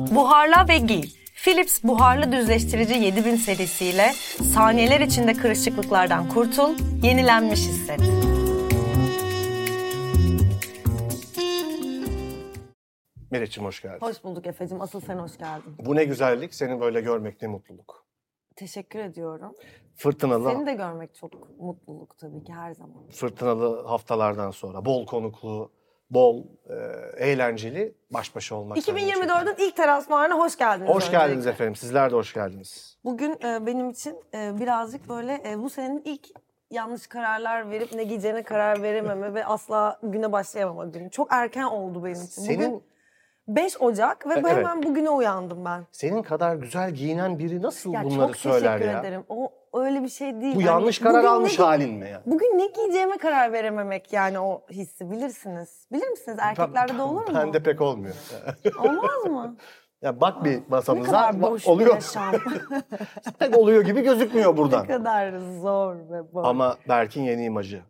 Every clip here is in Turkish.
Yıka ve giy. Philips buharlı düzleştirici 7000 serisiyle saniyeler içinde kırışıklıklardan kurtul, yenilenmiş hisset. Meriç'im hoş geldin. Hoş bulduk Efe'cim. Asıl sen hoş geldin. Bu ne güzellik, seni böyle görmek ne mutluluk. Teşekkür ediyorum. Fırtınalı, Seni de görmek çok mutluluk tabii ki her zaman. fırtınalı haftalardan sonra bol konuklu, bol e, eğlenceli baş başa olmak. seni çok- 2024'ün ilk teras fuarına hoş geldiniz. Hoş öncelikle. geldiniz efendim, sizler de hoş geldiniz. Bugün e, benim için e, birazcık böyle e, bu senenin ilk yanlış kararlar verip ne giyeceğine karar verememe ve asla güne başlayamama günü. Çok erken oldu benim için. Senin- Bugün 5 Ocak ve E, bu evet. hemen bugüne uyandım ben. Senin kadar güzel giyinen biri nasıl Ya bunları çok söyler teşekkür ya? ederim. O öyle bir şey değil. Bu Yani yanlış karar bugün almış ne- halin mi ya? Bugün ne giyeceğime karar verememek yani o hissi bilirsiniz. Bilir misiniz? Erkeklerde de olur mu? Ben de pek olmuyor. Olmaz mı? Ya bak bir ne masamıza kadar boş bir oluyor. yaşam. Pek oluyor gibi gözükmüyor ne buradan. kadar zor ve boş. Ama Berk'in yeni imajı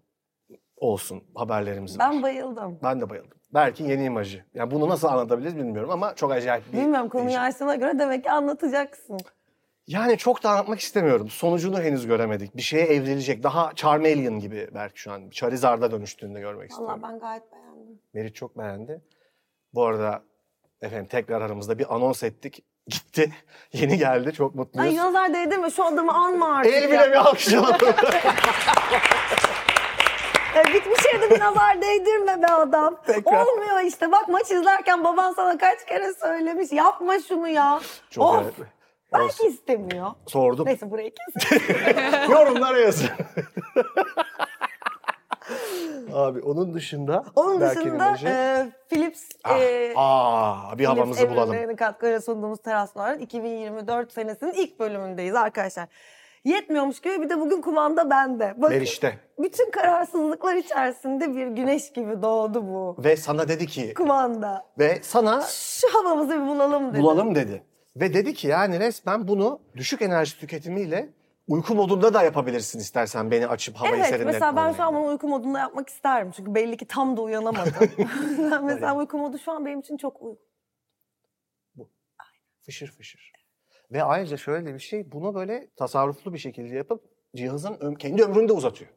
olsun haberlerimiz var. ben bayıldım. Ben de bayıldım. Berk'in yeni imajı. Yani bunu nasıl anlatabiliriz bilmiyorum ama çok acayip bir Bilmiyorum konuyu değişim. açtığına göre demek ki anlatacaksın. Yani çok da anlatmak istemiyorum. Sonucunu henüz göremedik. Bir şeye evrilecek. Daha Charmeleon gibi Berk şu an. Charizard'a dönüştüğünde görmek istiyorum. Valla ben gayet beğendim. Meriç çok beğendi. Bu arada efendim tekrar aramızda bir anons ettik. Gitti. Yeni geldi. Çok Ay mutluyuz. nazar değdi mi? Şu adamı anma artık. El ya. bile bir alkış alalım. Ya E, bitmiş yerde bir nazar değdirme be adam. Tekrar. Olmuyor işte. Bak maç izlerken baban sana kaç kere söylemiş. Yapma şunu ya. Çok of. evet. Belki Olsun. istemiyor. Sordum. Neyse burayı kes. Yorumlara yazın. Abi onun dışında Onun Berk'in dışında imajı- e, Philips Ah, e, aa, bir havamızı bulalım. evrenlerine katkılara sunduğumuz terasların 2024 senesinin ilk bölümündeyiz arkadaşlar. Yetmiyormuş gibi bir de bugün kumanda bende. Bakın, Meriç'te. bütün kararsızlıklar içerisinde bir güneş gibi doğdu bu Ve sana dedi ki kumanda. ve sana Şu havamızı bir bulalım dedi. bulalım dedi. Ve dedi ki yani resmen bunu düşük enerji tüketimiyle uyku modunda da yapabilirsin istersen beni açıp havayı Evet serinletme. mesela ben olayını. şu an bunu uyku modunda yapmak isterim. Çünkü belli ki tam da uyanamadım. mesela uyku modu şu an benim için çok uy- Fışır fışır. Ve ayrıca şöyle bir şey bunu böyle tasarruflu bir şekilde yapıp cihazın öm- kendi ömrünü de uzatıyor.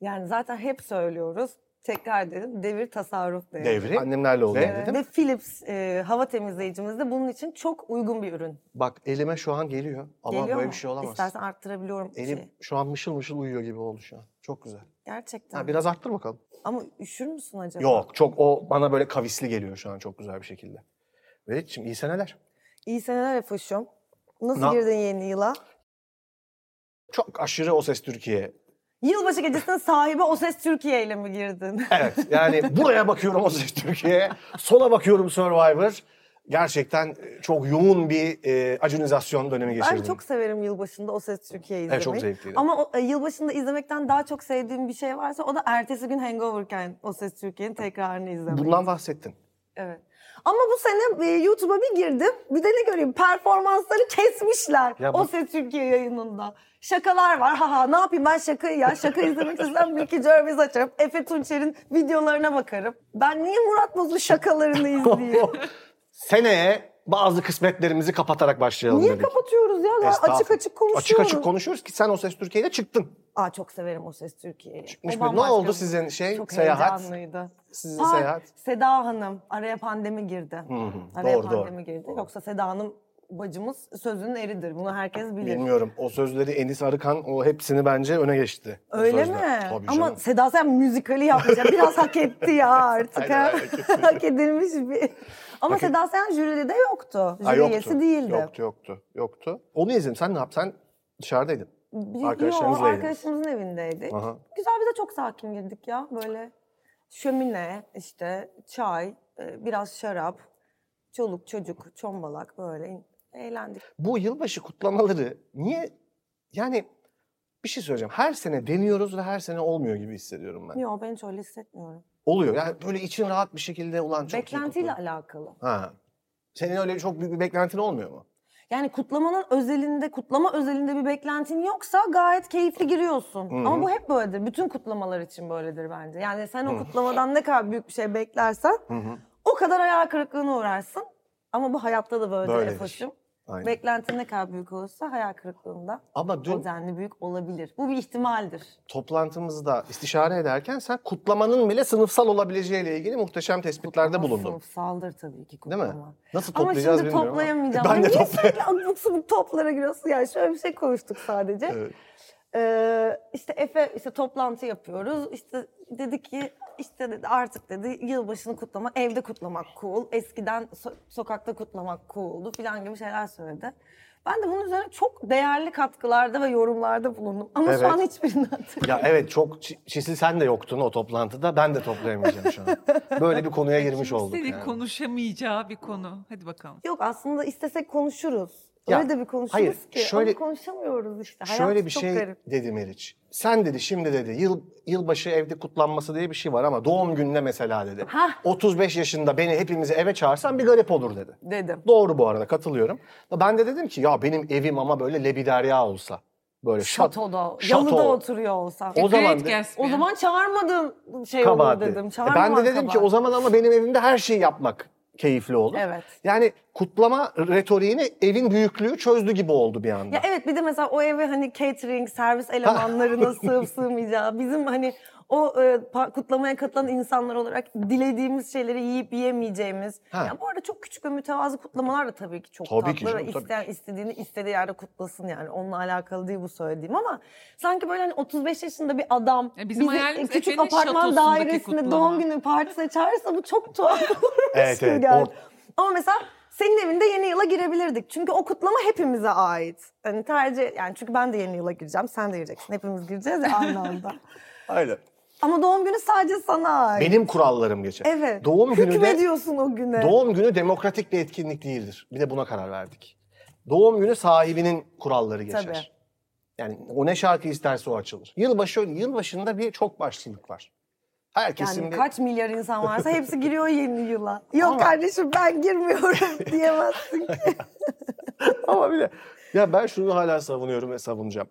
Yani zaten hep söylüyoruz. Tekrar dedim devir tasarruf devri. Devri. Annemlerle oluyor Ee, dedim. Ve Philips e, hava temizleyicimiz de bunun için çok uygun bir ürün. Bak elime şu an geliyor ama Geliyor böyle mu? bir şey olamaz. İstersen arttırabiliyorum şey. Elim şeyi. şu an mışıl mışıl uyuyor gibi oldu şu an. Çok güzel. Gerçekten. Ha, biraz arttır bakalım. Ama üşür müsün acaba? Yok çok o bana böyle kavisli geliyor şu an çok güzel bir şekilde. Meriç'ciğim iyi seneler. İyi seneler Efoş'um. Nasıl Na- girdin yeni yıla? Çok aşırı O Ses Türkiye. Yılbaşı gecesinin sahibi O Ses Türkiye ile mi girdin? Evet yani buraya bakıyorum O Ses Türkiye. Sola bakıyorum Survivor. Gerçekten e, çok yoğun bir e, acunizasyon dönemi geçirdim. Ben çok severim yılbaşında O Ses Türkiye'yi izlemeyi. Evet, çok zevkliydi. Ama o, e, yılbaşında izlemekten daha çok sevdiğim bir şey varsa o da ertesi gün hangoverken O Ses Türkiye'nin tekrarını izlemek. Bundan bahsettin. Evet. Ama bu sene e, YouTube'a bir girdim. Bir de ne göreyim performansları kesmişler. Ya bu- O Ses Türkiye yayınında. Şakalar var. Haha ne yapayım ben şakayı ya. Şaka izlemek istesem Ricky Gervais açarım. Efe Tunçer'in videolarına bakarım. Ben niye Murat Boz'un şakalarını izleyeyim? Seneye bazı kısmetlerimizi kapatarak başlayalım niye dedik. kapatıyoruz ya? Daha Estağfurullah. açık açık Açık konuşuyoruz. açık konuşuyoruz ki sen O Ses Türkiye'de çıktın. Aa çok severim O Ses Türkiye'yi. Çıkmış O mı? Ne bambaşka oldu bir- sizin şey, Çok seyahat? heyecanlıydı. Sizin Par- seyahat. Seda Hanım araya pandemi girdi. hı. Araya Doğru, doğru. pandemi girdi. Yoksa Seda Hanım bacımız sözünün eridir. Bunu herkes bilir. Bilmiyorum. O sözleri Enis Arıkan o hepsini bence öne geçti. O Öyle sözler. mi? Tabii Ama canım. Seda sen müzikali yapmayacak. Biraz hak etti ya artık. Aynen, ha. aynen, kesinlikle. hak edilmiş bir. Ama Hak- Seda sen jüride de yoktu. Jüri Ha, yoktu. üyesi değildi. Yoktu yoktu. Yoktu. Onu izledim. Sen ne yaptın? Sen dışarıdaydın. Bir- Arkadaşlarınızlaydınız. Yo, arkadaşımızın evindeydik. Aha. Güzel biz de çok sakin girdik ya. Böyle şömine, işte çay, e, biraz şarap, çoluk çocuk, çombalak böyle eğlendik. Bu yılbaşı kutlamaları niye yani bir şey söyleyeceğim. Her sene deniyoruz ve her sene olmuyor gibi hissediyorum ben. Yo ben hiç öyle hissetmiyorum. Oluyor. Yani böyle için rahat bir şekilde ulan çok iyi Beklentiyle kutladım. alakalı. Ha. Senin öyle çok büyük bir beklentin olmuyor mu? Yani kutlamanın özelinde, kutlama özelinde bir beklentin yoksa gayet keyifli giriyorsun. Hı hı. Ama bu hep böyledir. Bütün kutlamalar için böyledir bence. Yani sen o kutlamadan ne kadar büyük bir şey beklersen Hı hı. o kadar hayal kırıklığına uğrarsın. Ama bu hayatta da böyledir Böyledir. Efe'cim. Aynen. Beklentin ne kadar büyük olursa hayal kırıklığında Ama o dün denli büyük olabilir. Bu bir ihtimaldir. toplantımızda istişare ederken sen kutlamanın bile sınıfsal olabileceğiyle ilgili muhteşem tespitlerde Ama bulundun. Sınıfsaldır tabii ki Değil mi? kutlama. Nasıl Ama toplayacağız şimdi bilmiyorum. toplayamayacağım. Ben de Niye toplayamam. sürekli abuk subuk toplara giriyorsun? Yani şöyle bir şey konuştuk sadece. Evet. Ee, işte Efe işte toplantı yapıyoruz. İşte dedi ki işte dedi artık dedi yılbaşını kutlama evde kutlamak cool. Eskiden so- sokakta kutlamak cool'du falan gibi şeyler söyledi. Ben de bunun üzerine çok değerli katkılarda ve yorumlarda bulundum. Ama Evet. şu an hiçbirinden hatırlamıyorum. Ya evet çok Ç- Çisil sen de yoktun o toplantıda. Ben de toplayamayacağım şu an. Böyle bir konuya girmiş olduk Senin yani. konuşamayacağı bir konu. Hadi bakalım. Yok aslında istesek konuşuruz. Ya, Öyle de bir konuşuruz hayır, ki. şöyle- Ama konuşamıyoruz işte. Hayat Şöyle bir çok şey garip. dedi Meriç. Sen dedi şimdi dedi yıl yılbaşı evde kutlanması diye bir şey var ama doğum gününe mesela dedi. Hah. 35 yaşında beni hepimizi eve çağırsan bir garip olur dedi. Dedim. Doğru bu arada katılıyorum. Ben de dedim ki ya benim evim ama böyle lebiderya olsa. Böyle şat- Şatoda. şato. Yalıda oturuyor olsam. O zaman Great de- Gatsby. O zaman çağırmadın şey Kabahat olur dedi. dedim. E ben de Çağırmaman dedim ki kabahat. o zaman ama benim evimde her şeyi yapmak keyifli olur. Evet. Yani kutlama retoriğini evin büyüklüğü çözdü gibi oldu bir anda. Ya e- evet bir de mesela o eve hani catering, servis elemanlarına sığıp sığmayacağı, bizim hani o e, pa- kutlamaya katılan insanlar olarak dilediğimiz şeyleri yiyip yiyemeyeceğimiz. Ha. Ya bu arada çok küçük ve mütevazı kutlamalar da tabii ki çok Tabii tatlı ki ve canım, tabii isteyen istediğini istediği yerde kutlasın yani. Onunla alakalı değil bu söylediğim ama sanki böyle hani 35 yaşında bir adam E, bizim bizi, hayalimiz e, küçük Efe'nin apartman şatosundaki dairesinde kutlama. doğum günü partisine çağırırsa Hani bu çok tuhaf olurmuş Evet, gibi evet, geldi. or- Ama mesela senin evinde yeni yıla girebilirdik. Çünkü o kutlama hepimize ait. Hani tercih yani çünkü ben de yeni yıla gireceğim, sen de gireceksin. Hepimiz gireceğiz ya aynı anda. Aynen. Ama doğum günü sadece sana ait. Benim kurallarım geçer. evet. Doğum günü de Hükmediyorsun o güne. doğum günü demokratik bir etkinlik değildir. Bir de buna karar verdik. Doğum günü sahibinin kuralları geçer. Tabii. Yani o ne şarkı isterse o açılır. Yılbaşı yılbaşında bir çok başlılık var. Herkesin yani bir kaç milyar insan varsa hepsi giriyor yeni yıla. Yok Ama- kardeşim ben girmiyorum diyemezsin ki. Ama bir de ya ben şunu hala savunuyorum ve savunacağım.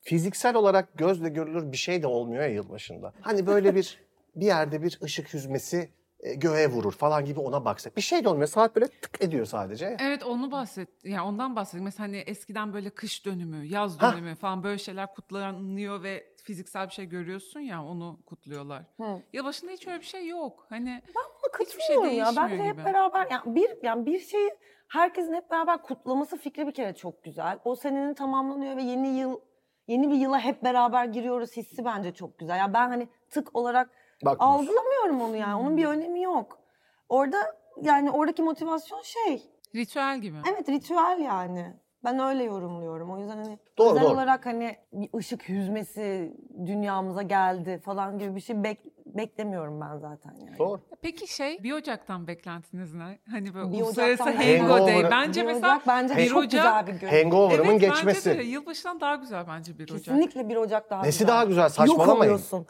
Fiziksel olarak gözle görülür bir şey de olmuyor ya yılbaşında. Hani böyle bir bir yerde bir ışık hüzmesi e, göğe vurur falan gibi ona baksak. Bir şey de olmuyor. Saat böyle tık ediyor sadece. Evet onu bahset. Yani ondan bahsettik. Mesela hani eskiden böyle kış dönümü, yaz Hah. dönümü falan böyle şeyler kutlanıyor ve fiziksel bir şey görüyorsun ya onu kutluyorlar. Hı. Yılbaşında hiç öyle bir şey yok. Hani Ama Hiçbir şey katılmıyorum ya. Bence değişmiyor hep gibi. beraber yani bir yani bir şeyi herkesin hep beraber kutlaması fikri bir kere çok güzel. O senenin tamamlanıyor ve yeni yıl yeni bir yıla hep beraber giriyoruz hissi bence çok güzel. Ya ben hani tık olarak Bak algılamıyorum onu yani. Onun bir önemi yok. Orada yani oradaki motivasyon şey. ritüel gibi. Evet ritüel yani. Ben öyle yorumluyorum. O yüzden hani Doğru, özel doğru. olarak hani bir ışık hüzmesi dünyamıza geldi falan gibi bir şey bek- beklemiyorum ben zaten yani. Doğru. Peki şey 1 Ocak'tan beklentiniz ne? Hani böyle Bir uluslararası Ocak'tan Hango Day. hangover'ı- Bence Bir mesela Ocak bence bir çok Ocak- güzel bir gün. Hangover'ımın evet, geçmesi. Bence de yılbaşından daha güzel bence 1 Ocak. Kesinlikle 1 Ocak daha Nesi güzel. daha güzel? Saçmalamayın. Yok oluyorsun.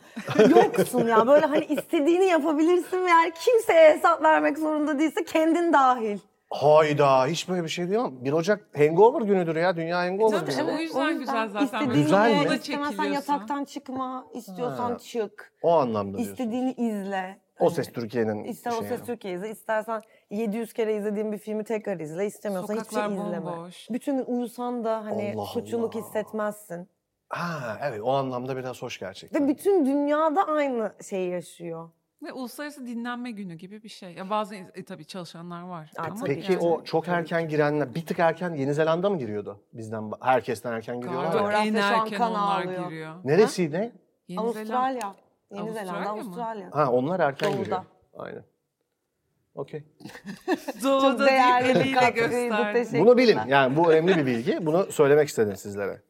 Yoksun ya. Böyle hani istediğini yapabilirsin ve yani kimseye hesap vermek zorunda değilse kendin dahil. Hayda hiç böyle bir şey değil ama 1 Ocak hangover günüdür ya. Dünya E, hangover Tabii, günü. o yüzden güzel zaten. İstediğini Güzel ye, mi? Çekiliyorsun. istemezsen yataktan çıkma, istiyorsan Ha. çık. O anlamda diyorsun. İstediğini izle. O Hani ses şey Türkiye'nin İster şeyi. O Ses Türkiye izle, istersen 700 kere izlediğin bir filmi tekrar izle. İstemiyorsan hiçbir şey Sokaklar izleme. bomboş. Bütün gün uyusan da hani Allah suçluluk Allah. hissetmezsin. Ha evet o anlamda biraz hoş Ve gerçekten. bütün dünyada aynı şeyi yaşıyor. Ve uluslararası dinlenme günü gibi bir şey. Ya bazı e, tabii çalışanlar var. Aa, ama tabii Peki yani- o çok erken girenler, bir tık erken Yeni Zelanda mı giriyordu? Bizden ba- herkesten erken giriyorlar. Galiba ya. Coğrafya en şu an erken kan onlar ağlıyor. giriyor. Neresiydi? Yeni Zelanda. Avustralya. Yeni Avustralya Zelanda, mı? Avustralya. Ha onlar erken Doğuda. giriyor. Aynen. Okey. Doğuda Çok deyip değerli bir Ee, eliyle katkıydı. gösterdi. Teşekkürler. Bunu bilin. Yani bu önemli bir bilgi. Bunu söylemek istedim sizlere.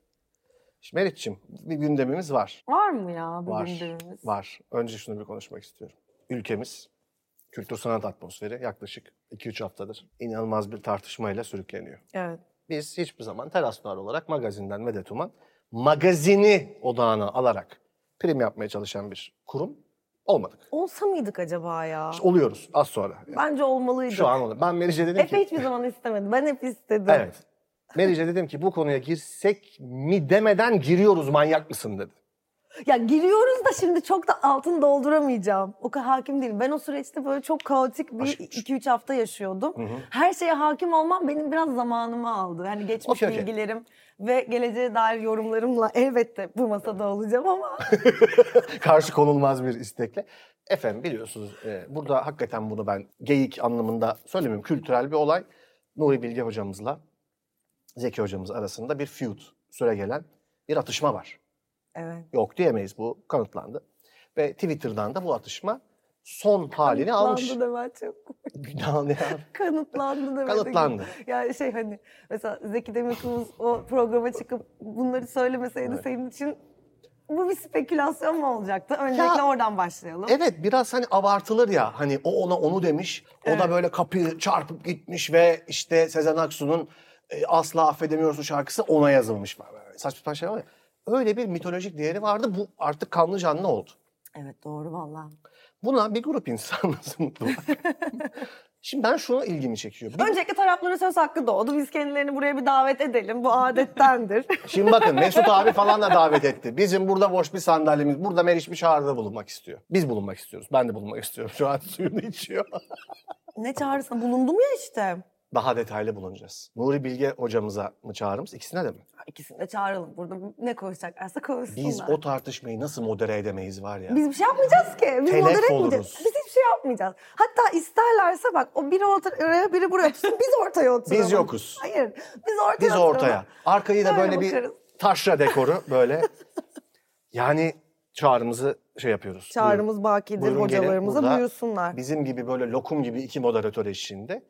Şimdi Meriç'ciğim bir gündemimiz var. Var mı ya bir Var. gündemimiz? Var. Önce şunu bir konuşmak istiyorum. Ülkemiz kültür sanat atmosferi yaklaşık 2-3 haftadır inanılmaz bir tartışmayla sürükleniyor. Evet. Biz hiçbir zaman teraslar olarak magazinden ve detuman magazini odağına alarak prim yapmaya çalışan bir kurum olmadık. Olsa mıydık acaba ya? İşte oluyoruz az sonra. Yani Bence olmalıydı. Şu an oluyor. Ben Meriç'e dedim Efe ki... hiçbir zaman istemedi. Ben hep istedim. Evet. Meriç'e dedim ki bu konuya girsek mi demeden giriyoruz manyak mısın dedi. Ya giriyoruz da şimdi çok da altını dolduramayacağım. O kadar hakim değilim. Ben o süreçte böyle çok kaotik bir Aşk- 2-3 hafta yaşıyordum. Her şeye hakim olmam benim biraz zamanımı aldı. Yani geçmiş Okey, okey. bilgilerim ve geleceğe dair yorumlarımla elbette bu masada olacağım ama Karşı konulmaz bir istekle. Efendim biliyorsunuz e, burada hakikaten bunu ben geyik anlamında söylemiyorum. Kültürel bir olay. Nuri Bilge hocamızla Zeki hocamız arasında bir feud süre gelen bir atışma var. evet. Yok diyemeyiz bu kanıtlandı. Ve Twitter'dan da bu atışma son halini almış. Kanıtlandı demen çok. Günahını ya. Kanıtlandı demedim. Kanıtlandı. Yani şey hani mesela Zeki Demirkubuz o programa çıkıp bunları söylemeseydi Evet. senin için bu bir spekülasyon mu olacaktı? Öncelikle Ya- oradan başlayalım. Evet biraz hani abartılır ya hani o ona onu demiş. O da böyle kapıyı çarpıp gitmiş ve işte Sezen Aksu'nun e, Asla Affedemiyorsun şarkısı ona yazılmış. falan. Böyle Saçma sapan şey var ya. Öyle bir mitolojik değeri vardı bu artık kanlı canlı oldu. Evet doğru valla. Buna bir grup insan nasıl mutlu olur? Şimdi ben şuna ilgimi çekiyor. Bir- Öncelikle taraflara söz hakkı doğdu. Biz kendilerini buraya bir davet edelim. Bu adettendir. Şimdi bakın Mesut abi falan da davet etti. Bizim burada boş bir sandalyemiz. Burada Meriç bir çağrıda bulunmak istiyor. Biz bulunmak istiyoruz. Ben de bulunmak istiyorum. Şu an suyunu içiyor. ne çağırırsan bulundum ya işte. Daha detaylı bulunacağız. Nuri Bilge hocamıza mı çağırırız? İkisine de mi? İkisini de çağıralım. Burada ne konuşacaklarsa konuşsunlar. Biz o tartışmayı nasıl modere edemeyiz var ya. Biz bir şey yapmayacağız ki. Biz Telef modere oluruz. etmeyeceğiz. Biz hiçbir şey yapmayacağız. Hatta isterlerse bak o biri ortaya biri buraya otursun. Biz ortaya oturalım. Biz yokuz. Hayır. Biz ortaya Biz oturalım. ortaya. Arkayı da Böyle böyle bir bakarız. taşra dekoru böyle. Yani çağrımızı şey yapıyoruz. Buyurun. Çağrımız bakidir Buyurun gelin. hocalarımıza Burada buyursunlar. Bizim gibi böyle lokum gibi iki moderatör eşliğinde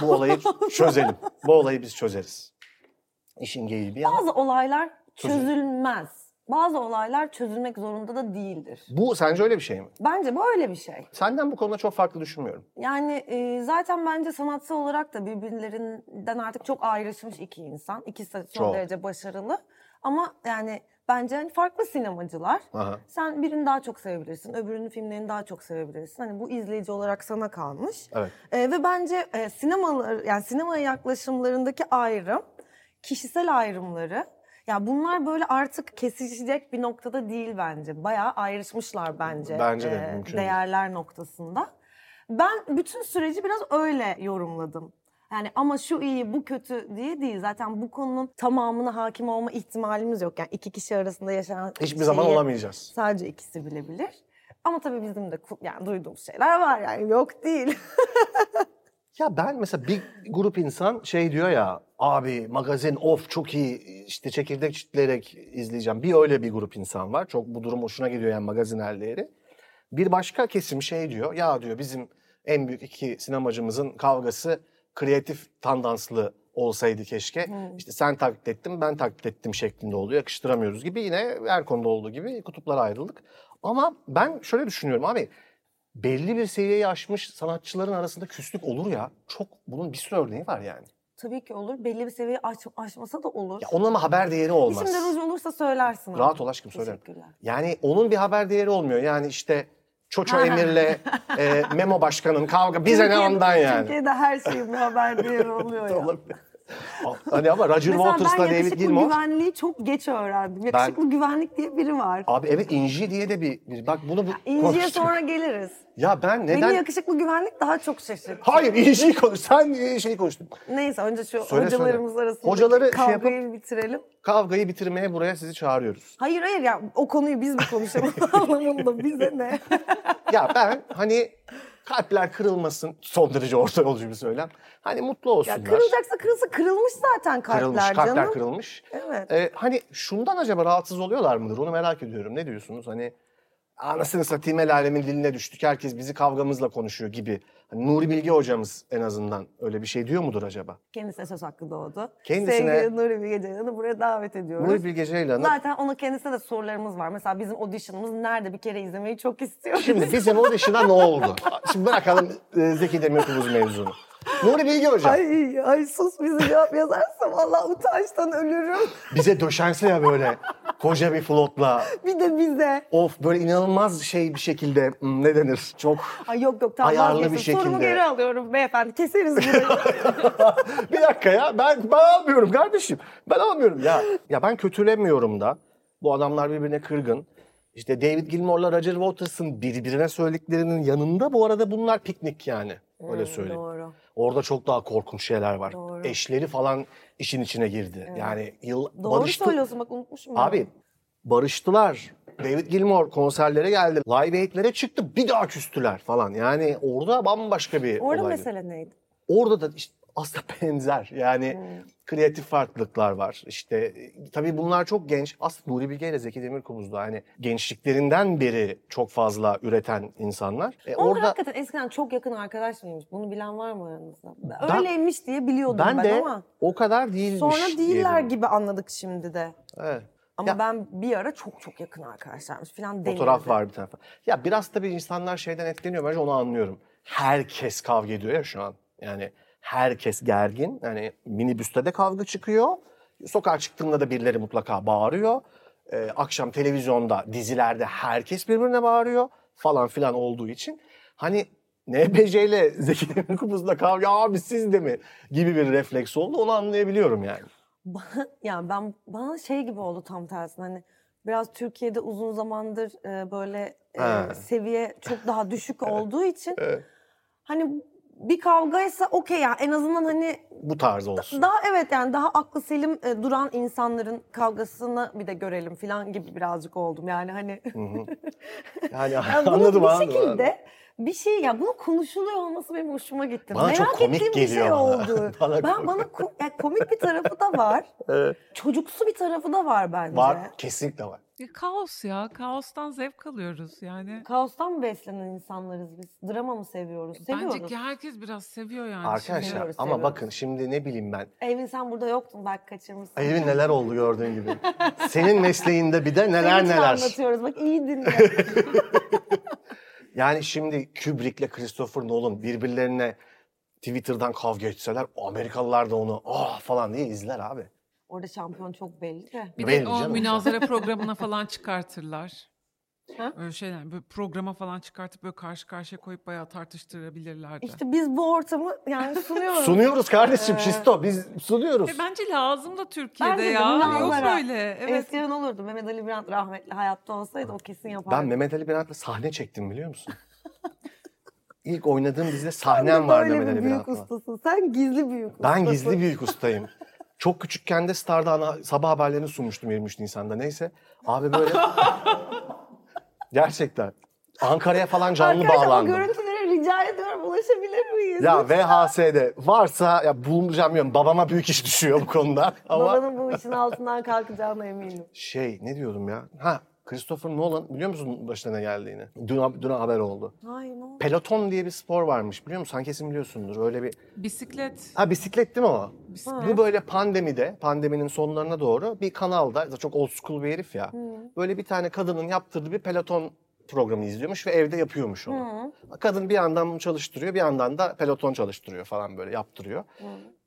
bu olayı çözelim. Bu olayı biz çözeriz. İşin geyiği bir yana. Bazı olaylar Çözülür. çözülmez. Bazı olaylar çözülmek zorunda da değildir. Bu sence öyle bir şey mi? Bence bu öyle bir şey. Senden bu konuda çok farklı düşünmüyorum. Yani e, zaten bence sanatsal olarak da birbirlerinden artık çok ayrışmış iki insan. İkisi de son Çok. derece başarılı. Ama yani bence hani farklı sinemacılar. Aha. Sen birini daha çok sevebilirsin, öbürünün filmlerini daha çok sevebilirsin. Hani bu izleyici olarak sana kalmış. Evet. E, ve bence e, sinemalar, yani sinemaya yaklaşımlarındaki ayrım, kişisel ayrımları, ya bunlar böyle artık kesişecek bir noktada değil bence. Bayağı ayrışmışlar bence. Bence de mümkün değil. değerler noktasında. Ben bütün süreci biraz öyle yorumladım. Yani ama şu iyi, bu kötü diye değil. Zaten bu konunun tamamına hakim olma ihtimalimiz yok. Yani iki kişi arasında yaşanan Hiçbir zaman şeyi- olamayacağız. Sadece ikisi bilebilir. Ama tabii bizim de ku- yani duyduğumuz şeyler var yani yok değil. Ya ben mesela bir grup insan şey diyor ya abi magazin of çok iyi işte çekirdek çitleyerek izleyeceğim. Bir öyle bir grup insan var. Çok bu durum hoşuna gidiyor yani magazin halleri. Bir başka kesim şey diyor ya diyor bizim en büyük iki sinemacımızın kavgası kreatif tandanslı olsaydı keşke. İşte sen taklit ettin ben taklit ettim şeklinde oluyor. Yakıştıramıyoruz gibi yine her konuda olduğu gibi kutuplara ayrıldık. Ama ben şöyle düşünüyorum abi belli bir seviyeyi aşmış sanatçıların arasında küslük olur ya. Çok bunun bir sürü örneği var yani. tabii ki olur. Belli bir seviye aş- aşmasa da olur. Ya onun ama haber değeri olmaz. İçimde ruj olursa söylersin. ama. Rahat ol aşkım söyle. Teşekkürler. Yani onun bir haber değeri olmuyor. Yani işte Çoço Ha. Emir'le e, Memo Başkan'ın kavga bize ne Türkiye- ondan yani. Türkiye'de her şeyin bir haber değeri oluyor ya. Olabilir. hani ama Roger Mesela ben Waters'la David yakışıklı Gilmour. güvenliği çok geç öğrendim. Yakışıklı güvenlik diye biri var. Abi evet İnci diye de bir, bir- bak bunu bu, İnci'ye konuştuk. sonra geliriz. Ya ben Beni neden? yakışıklı güvenlik daha çok şaşırttı. Hayır İnci'yi konuş. Sen e, şeyi konuştun. Neyse önce şu Söyle, hocalarımız söyle. arasındaki Hocaları şey kavgayı bitirelim. Kavgayı bitirmeye buraya sizi çağırıyoruz. Hayır hayır ya o konuyu biz mi konuşalım anlamında bize ne? ya ben hani kalpler kırılmasın son derece orta yolcu bir söylem. Hani mutlu olsunlar. Ya kırılacaksa kırılsa kırılmış zaten kalpler Kırılmış, kalpler canım. kırılmış. Evet. Ee, hani şundan acaba rahatsız oluyorlar mıdır? Onu merak ediyorum. Ne diyorsunuz? Hani anasını satayım el alemin diline düştük. Herkes bizi kavgamızla konuşuyor gibi. Hani Nuri Bilge hocamız en azından öyle bir şey diyor mudur acaba? Kendisine söz hakkı doğdu. Kendisine- Sevgili Nuri Bilge Ceylan'ı buraya davet ediyoruz. Nuri Bilge Ceylan'ın Zaten ona kendisine de sorularımız var. Mesela bizim audition'ımız nerede bir kere izlemeyi çok istiyoruz. Şimdi bizim o dışına ne oldu? Şimdi bırakalım e, Zeki Demirkubuz mevzunu. Nuri Bilge hocam Ay, ay sus bizi cevap yazarsam Allah utançtan ölürüm. bize döşense ya böyle koca bir flotla Bir de bize. Of böyle inanılmaz şey bir şekilde hmm, ne denir? Çok Ay yok yok tamam Ayarlı vazgeçtim. bir şekilde. Sorumu geri alıyorum beyefendi. Keseriz burayı. bir dakika ya ben ben almıyorum kardeşim. Ben almıyorum ya. Ya ben kötülemiyorum da. Bu adamlar birbirine kırgın. İşte David Gilmour'la Roger Waters'ın birbirine söylediklerinin yanında bu arada bunlar piknik yani. Öyle söyleyeyim. Doğru. Orada çok daha korkunç şeyler var. Hmm, Doğru. Eşleri falan işin içine girdi. Yani yıl Doğru barıştı- söylüyorsun bak unutmuşum. ya. Abi barıştılar. David Gilmour konserlere geldi. Live Aid'lere çıktı. Bir daha küstüler falan. Yani orada bambaşka bir Orada olaydı. mesele neydi? Orada da işte aslında benzer. Yani Hmm. kreatif farklılıklar var. İşte e, tabii bunlar çok genç. Aslında Nuri Bilge ile Zeki Demirkubuz da hani gençliklerinden beri çok fazla üreten insanlar. E, Onlar orada hakikaten eskiden çok yakın arkadaş mıymış? Bunu bilen var mı aranızda? Ben- Öyleymiş diye biliyordum ben, ben, de ama. o kadar değilmiş. Sonra değiller diyebilirim. gibi anladık şimdi de. Evet. Ama Ya- ben bir ara çok çok yakın arkadaşlarmış falan denirdi. Fotoğraf var bir tarafa. Ya biraz tabii insanlar şeyden etkileniyor. Bence onu anlıyorum. Herkes kavga ediyor ya şu an. Yani herkes gergin. Yani minibüste de kavga çıkıyor. Sokağa çıktığında da birileri mutlaka bağırıyor. Ee, akşam televizyonda, dizilerde herkes birbirine bağırıyor falan filan olduğu için. Hani NPC ile Zeki Demirkubuz'la kavga abi siz de mi gibi bir refleks oldu onu anlayabiliyorum yani. Ba- yani ben bana şey gibi oldu tam tersi hani biraz Türkiye'de uzun zamandır e, böyle e, Ha. seviye çok daha düşük olduğu için Evet. hani bir kavgaysa okey ya en azından hani Bu tarz olsun. daha evet yani daha aklı selim e, duran insanların kavgasını bir de görelim falan gibi birazcık oldum yani hani Hı hı. Yani yani bunu anladım bir anladım, şekilde anladım. bir şey ya bunu konuşuluyor olması benim hoşuma gitti. Bana Merak çok komik ettiğim bir şey geliyor bana. oldu. Bana ben komik. bana ko- ya komik bir tarafı da var. Evet. Çocuksu bir tarafı da var bence. Var kesinlikle var. Ya kaos ya. Kaostan zevk alıyoruz yani. Kaostan mı beslenen insanlarız biz? Drama mı seviyoruz? Seviyoruz. Bence ki herkes biraz seviyor yani. Arkadaşlar şimdi. Seviyoruz, ama seviyoruz. bakın şimdi ne bileyim ben. Evin sen burada yoktun belki kaçırmışsın. Evin neler oldu gördüğün gibi. Senin mesleğinde bir de Senin neler için neler. anlatıyoruz bak iyi dinle. Yani şimdi Kubrick'le Christopher Nolan birbirlerine Twitter'dan kavga etseler Amerikalılar da onu ah falan diye izler abi. Orada şampiyon çok belli de. Bir Belli de o canım. münazara programına falan çıkartırlar. Ha? Öyle şeyler böyle programa falan çıkartıp böyle karşı karşıya koyup bayağı tartıştırabilirler de. İşte biz bu ortamı yani sunuyoruz. Sunuyoruz kardeşim Ee, Şisto biz sunuyoruz. E, bence lazım da Türkiye'de Bence de ya. Yok münazara. öyle. Evet. Eskiden olurdu. Mehmet Ali Birant rahmetli hayatta olsaydı o kesin yapardı. Ben Mehmet Ali Benat'la sahne çektim biliyor musun? İlk oynadığım dizide Sen de sahnem var böyle Mehmet bir Ali büyük Benat'la. ustasın. Sen gizli büyük Ben ustasın. gizli büyük ustayım. Çok küçükken de Star'da ana, sabah haberlerini sunmuştum 23 Nisan'da. Neyse. Abi böyle... Gerçekten. Ankara'ya falan canlı Arkadaşlar bağlandım. o şey- görüntülere rica ediyorum ulaşabilir miyiz? Ya VHS'de varsa ya bulmayacağım bilmiyorum. Babama büyük iş düşüyor bu konuda. Ama Babanın bu işin altından kalkacağına eminim. şey ne diyordum ya? Ha Christopher Nolan biliyor musun başına ne geldiğini? Dün, dün haber oldu. Hayır ne oldu? Peloton diye bir spor varmış biliyor musun? Sen kesin biliyorsundur. Öyle bir Bisiklet. Ha bisiklet değil mi o? Bisiklet. Bu böyle pandemide, pandeminin sonlarına doğru bir kanalda, çok old school bir herif ya. Böyle bir tane kadının yaptırdığı bir peloton programı izliyormuş ve evde yapıyormuş onu. Kadın bir yandan bunu çalıştırıyor, bir yandan da peloton çalıştırıyor falan böyle yaptırıyor.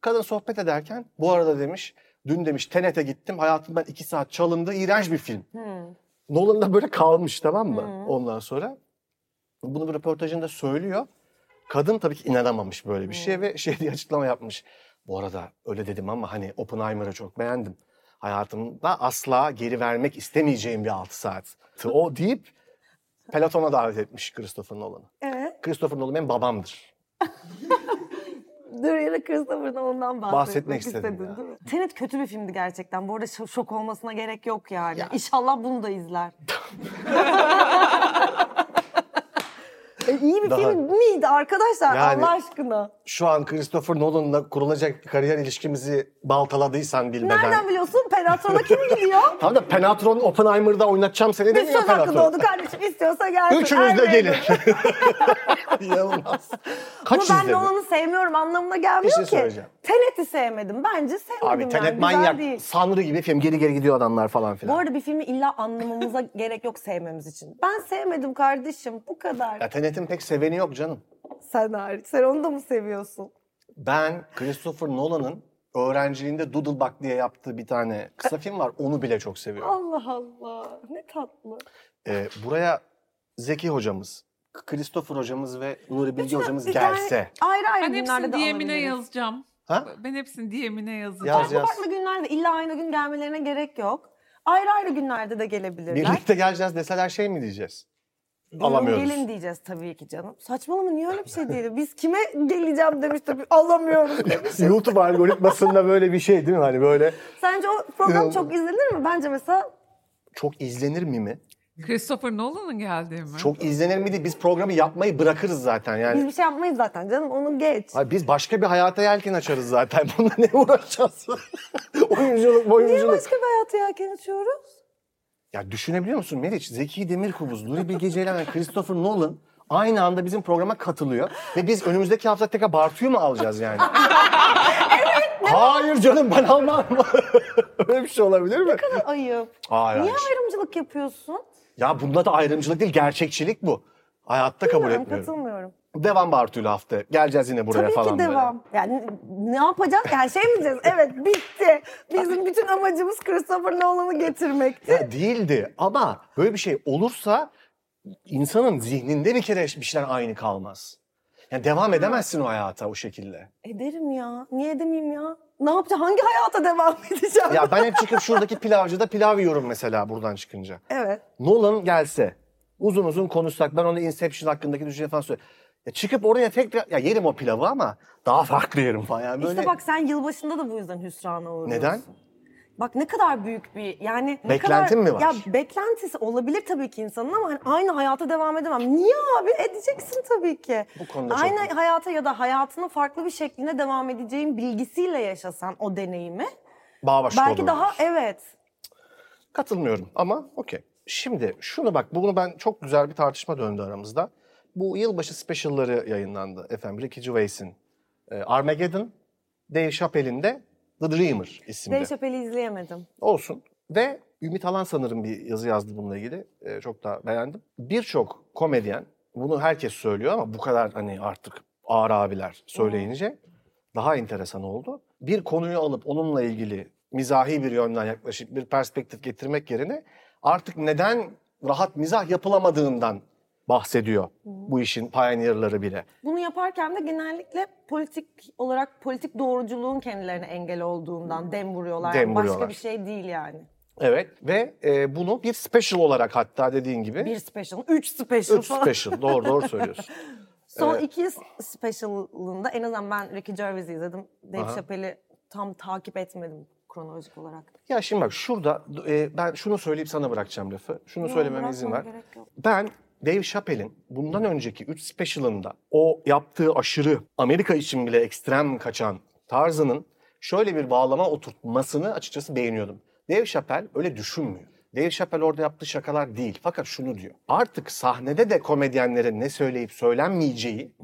Kadın sohbet ederken bu arada demiş, dün demiş TNT'e gittim, hayatımdan iki saat çalındı, iğrenç bir film. Hı. Nolan da böyle kalmış tamam mı ondan sonra? Bunu bir röportajında söylüyor. Kadın tabii ki inanamamış böyle bir şeye ve şey diye açıklama yapmış. Bu arada öyle dedim ama hani Oppenheimer'ı çok beğendim. Hayatımda asla geri vermek istemeyeceğim bir 6 saat. O deyip Platon'a davet etmiş Christopher Nolan'ı. Evet. Christopher Nolan benim babamdır. Dur yere Christopher'dan ondan bahsetmek, Bahsetmek istedim istedin ya. değil mi? Tenet kötü bir filmdi gerçekten. Bu arada şo- şok olmasına gerek yok yani. Ya. İnşallah bunu da izler. e, iyi bir Daha- film miydi arkadaşlar Yani- Allah aşkına? Şu an Christopher Nolan'la kurulacak kariyer ilişkimizi baltaladıysan bilmeden. Nereden biliyorsun? Penatron'a kim gidiyor? Tamam da Penatron Oppenheimer'da oynatacağım seni Biz demiyor söz hakkı Penatron. doğdu kardeşim. İstiyorsa gelsin. Üçünüz de Erkek. gelin. İnanılmaz. Kaç Ama ben izledin? Nolan'ı sevmiyorum anlamına gelmiyor Bir şey ki. söyleyeceğim. Tenet'i sevmedim. Bence sevmedim Abi yani. Tenet Güzel manyak. değil. Sanrı gibi film. Geri geri gidiyor adamlar falan Bu filan. arada bir filmi illa anlamamıza gerek yok sevmemiz için. Ben sevmedim kardeşim. Bu Ya kadar. Tenet'in pek seveni yok canım. Sen hariç. Sen onu da mı seviyorsun? Ben Christopher Nolan'ın öğrenciliğinde Doodlebug diye yaptığı bir tane kısa film var. Onu bile çok seviyorum. Allah Allah. Ne tatlı. Ee, buraya Zeki hocamız, Christopher hocamız ve Nuri Bilge hocamız Yani gelse. ayrı ayrı Ben günlerde hepsini de DM'ine alabiliriz. yazacağım. Ha? Ben hepsini DM'ine yazacağım. Yaz yaz. Farklı günlerde illa aynı gün gelmelerine gerek yok. Ayrı ayrı günlerde de gelebilirler. Birlikte geleceğiz deseler şey mi diyeceğiz? Buyurun Alamıyoruz. Gelin diyeceğiz tabii ki canım. Saçmalama niye öyle bir şey diyelim? Biz kime geleceğim demiş tabii alamıyoruz demiş. YouTube algoritmasında böyle bir şey değil mi? Hani böyle Sence o program çok izlenir mi? Bence mesela çok izlenir mi mi? Christopher Nolan'ın geldiği mi? E, Çok izlenir mi değil. Biz programı yapmayı bırakırız zaten biz yani. bir şey yapmayız zaten canım onu geç. Hayır, biz başka bir hayata yelken açarız zaten. Bununla ne uğraşacağız? oyunculuk, Niye oyunculuk. başka bir hayatı yelken açıyoruz? Ya düşünebiliyor musun Meriç? Zeki Demirkubuz, Nuri Bilge Ceylan ve Christopher Nolan aynı anda bizim programa katılıyor. Ve biz önümüzdeki hafta tekrar Bartu'yu mu alacağız yani? Hayır canım ben almam. Öyle bir şey olabilir mi? Ayıp. Hayır, Niye hayır. ayrımcılık yapıyorsun? Ya bunda da ayrımcılık değil, gerçekçilik bu. Hayatta kabul Bilmiyorum, etmiyorum. katılmıyorum. Devam Bartu'yla hafta. Geleceğiz yine buraya Tabii falan. ki böyle. devam. Yani ne yapacağız? Yani şey mi diyeceğiz? Evet bitti. Bizim bütün amacımız Christopher Nolan'ı getirmekti. Ya değildi ama böyle bir şey olursa insanın zihninde bir kere bir şeyler aynı kalmaz. Yani devam edemezsin o hayata o şekilde. Ederim ya. Niye edemeyeyim ya? Ne yapacağım? Hangi hayata devam edeceğim? Ya ben hep çıkıp şuradaki pilavcıda pilav yiyorum mesela buradan çıkınca. Evet. Nolan gelse uzun uzun konuşsak ben ona Inception hakkındaki düşünce falan söyle. Ya çıkıp oraya tekrar ya yerim o pilavı ama daha farklı yerim falan. Yani böyle İşte bak sen yılbaşında da bu yüzden hüsrana uğruyorsun. Neden? Bak ne kadar büyük bir yani ne Beklentin kadar, mi var? Ya beklentisi olabilir tabii ki insanın ama hani aynı hayata devam edemem. Niye abi? Edeceksin tabii ki. Bu konuda çok aynı haklısın. hayata ya da hayatının farklı bir şekline devam edeceğin bilgisiyle yaşasan o deneyimi bağbaşka belki olur. daha evet. Katılmıyorum ama okey. Şimdi şunu bak bunu ben çok güzel bir tartışma döndü aramızda. Bu yılbaşı specialları yayınlandı efendim Ricky Gervais'in. e, Armageddon, Dave Chappelle'in de The Dreamer isimli. Dave Chappelle'i izleyemedim. Olsun. Ve Ümit Alan sanırım bir yazı yazdı bununla ilgili. Ee, çok da beğendim. Birçok komedyen, bunu herkes söylüyor ama bu kadar hani artık ağır abiler söyleyince daha enteresan oldu. Bir konuyu alıp onunla ilgili mizahi bir yönden yaklaşıp bir perspektif getirmek yerine artık neden rahat mizah yapılamadığından bahsediyor bu işin pioneerları bile. Bunu yaparken de genellikle politik olarak politik doğruculuğun kendilerine engel olduğundan dem vuruyorlar. Dem Yani vuruyorlar. Başka bir şey değil yani. Evet ve e, bunu bir special olarak hatta dediğin gibi Bir special, üç special üç falan. special doğru doğru söylüyorsun. Son Evet. iki special'ında en azından ben Ricky Gervais'i izledim. Aha. Dave Chappelle'i tam takip etmedim kronolojik olarak. Ya şimdi bak şurada e, ben şunu söyleyip sana bırakacağım lafı. Şunu söylememe izin ver. bırakmana gerek yok. Ben Dave Chappelle'in bundan önceki 3 special'ında o yaptığı aşırı Amerika için bile ekstrem kaçan tarzının şöyle bir bağlama oturtmasını açıkçası beğeniyordum. Dave Chappelle öyle düşünmüyor. Dave Chappelle orada yaptığı şakalar değil. Fakat şunu diyor. Artık sahnede de komedyenlere ne söyleyip söylenmeyeceği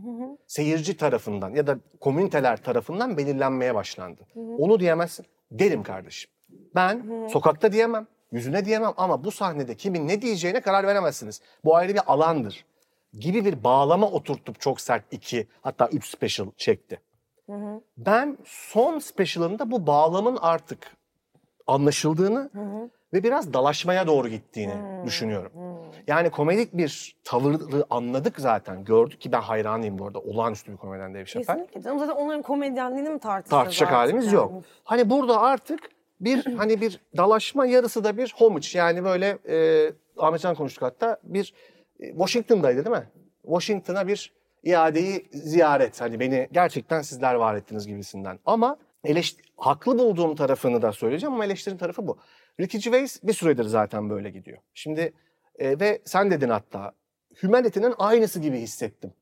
seyirci tarafından ya da komüniteler tarafından belirlenmeye başlandı. Onu diyemezsin. Derim kardeşim. Ben sokakta diyemem, yüzüne diyemem ama bu sahnede kimin ne diyeceğine karar veremezsiniz. Bu ayrı bir alandır gibi bir bağlama oturtup çok sert iki hatta üç special çekti. Ben son special'ında bu bağlamın artık anlaşıldığını ve biraz dalaşmaya doğru gittiğini düşünüyorum. Yani komedik bir tavırı anladık zaten. Gördük ki ben hayranıyım bu arada. Olağanüstü bir komedyen Dave Chappelle. Kesinlikle canım zaten onların komedyenliğini mi tartışacağız? Tartışacak artık halimiz yani? yok. Hani burada artık bir hani bir dalaşma yarısı da bir homiç. Yani böyle e, Ahmetcan konuştuk hatta bir e, Washington'daydı değil mi? Washington'a bir iadeyi ziyaret. Hani beni gerçekten sizler var ettiniz gibisinden. Ama eleşt- haklı bulduğum tarafını da söyleyeceğim ama eleştirim tarafı bu. Ricky Gervais bir süredir zaten böyle gidiyor. Şimdi e, ve sen dedin hatta Humanity'nin aynısı gibi hissettim.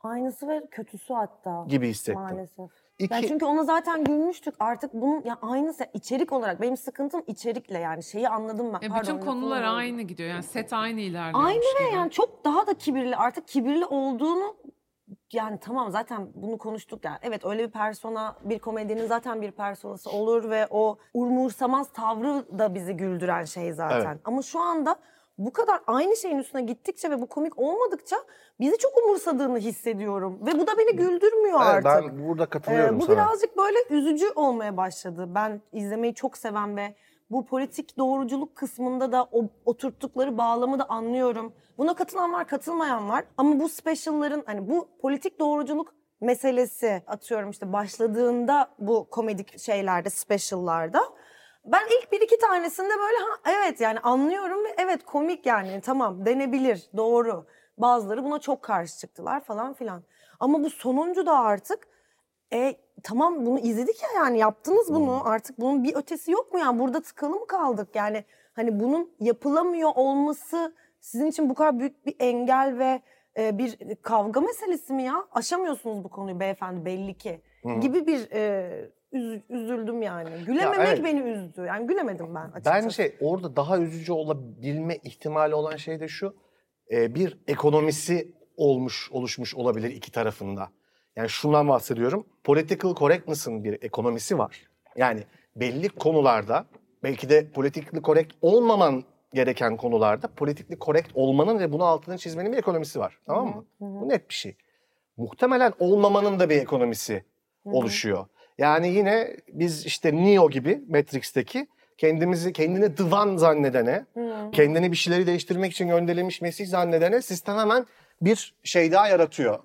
Aynısı ve kötüsü hatta. Gibi hissettim. Maalesef. İki, Ya çünkü ona zaten gülmüştük. Artık bunun ya aynısı içerik olarak. Benim sıkıntım içerikle yani şeyi anladım ben. Ya Pardon, bütün lafını konular böldüm. aynı gidiyor. Yani set aynı ilerliyor. Aynı ve yani çok daha da kibirli. Artık kibirli olduğunu yani tamam zaten bunu konuştuk yani. Evet öyle bir persona, bir komedinin zaten bir personası olur ve o umursamaz tavrı da bizi güldüren şey zaten. Evet. Ama şu anda bu kadar aynı şeyin üstüne gittikçe ve bu komik olmadıkça bizi çok umursadığını hissediyorum. Ve bu da beni güldürmüyor Evet, artık. e, ben burada katılıyorum Ee, bu sana. birazcık böyle üzücü olmaya başladı. Ben izlemeyi çok seven ve bu politik doğruculuk kısmında da o oturttukları bağlamı da anlıyorum. Buna katılan var, katılmayan var. Ama bu special'ların hani bu politik doğruculuk meselesi atıyorum işte başladığında bu komedik şeylerde, special'larda Ben ilk bir iki tanesinde böyle ha, evet yani anlıyorum ve evet komik yani tamam denebilir doğru. Bazıları buna çok karşı çıktılar falan filan. Ama bu sonuncu da artık e, tamam bunu izledik ya yani yaptınız bunu Hmm. artık bunun bir ötesi yok mu yani burada tıkalı mı kaldık yani hani bunun yapılamıyor olması sizin için bu kadar büyük bir engel ve e, bir kavga meselesi mi ya aşamıyorsunuz bu konuyu beyefendi belli ki Hı. gibi bir e, üz- üzüldüm yani gülememek Ya evet. şey beni üzdü yani gülemedim ben açıkçası. Bence orada daha üzücü olabilme ihtimali olan şey de şu. e, bir ekonomisi olmuş, oluşmuş olabilir iki tarafında. Yani şundan bahsediyorum. Political correctness'ın bir ekonomisi var. Yani belli konularda belki de politically correct olmaman gereken konularda politically correct olmanın ve bunu altını çizmenin bir ekonomisi var. Tamam mı? Bu net bir şey. Muhtemelen olmamanın da bir ekonomisi oluşuyor. Yani yine biz işte Neo gibi Matrix'teki kendimizi kendini divan zannedene, kendini bir şeyleri değiştirmek için gönderilmiş Mesih zannedene sistem hemen bir şey daha yaratıyor.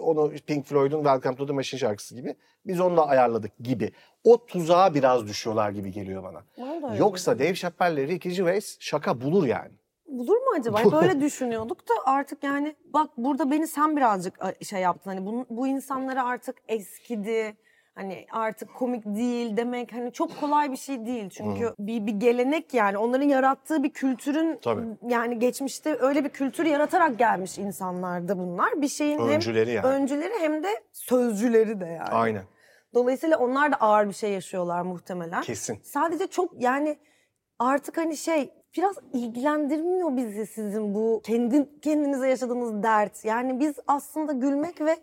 Onu Pink Floyd'un Welcome to the Machine şarkısı gibi. Biz onu da ayarladık gibi. O tuzağa biraz düşüyorlar gibi geliyor bana. Vallahi öyle. Yoksa Dave Chappelle ile Ricky Gervais şaka bulur yani. Bulur mu acaba? Hep Böyle düşünüyorduk da artık yani bak burada beni sen birazcık a, şey yaptın. Hani bu, bu insanlara artık eskidi. Hani artık komik değil demek hani çok kolay bir şey değil. Çünkü bir, bir gelenek yani onların yarattığı bir kültürün Tabii. yani geçmişte öyle bir kültür yaratarak gelmiş insanlardı bunlar. Bir şeyin Öncüleri hem yani. öncüleri hem de sözcüleri de yani. Aynen. Dolayısıyla onlar da ağır bir şey yaşıyorlar muhtemelen. Kesin. Sadece çok yani artık hani şey biraz ilgilendirmiyor bizi sizin bu kendi kendinize yaşadığınız dert. Yani biz aslında gülmek ve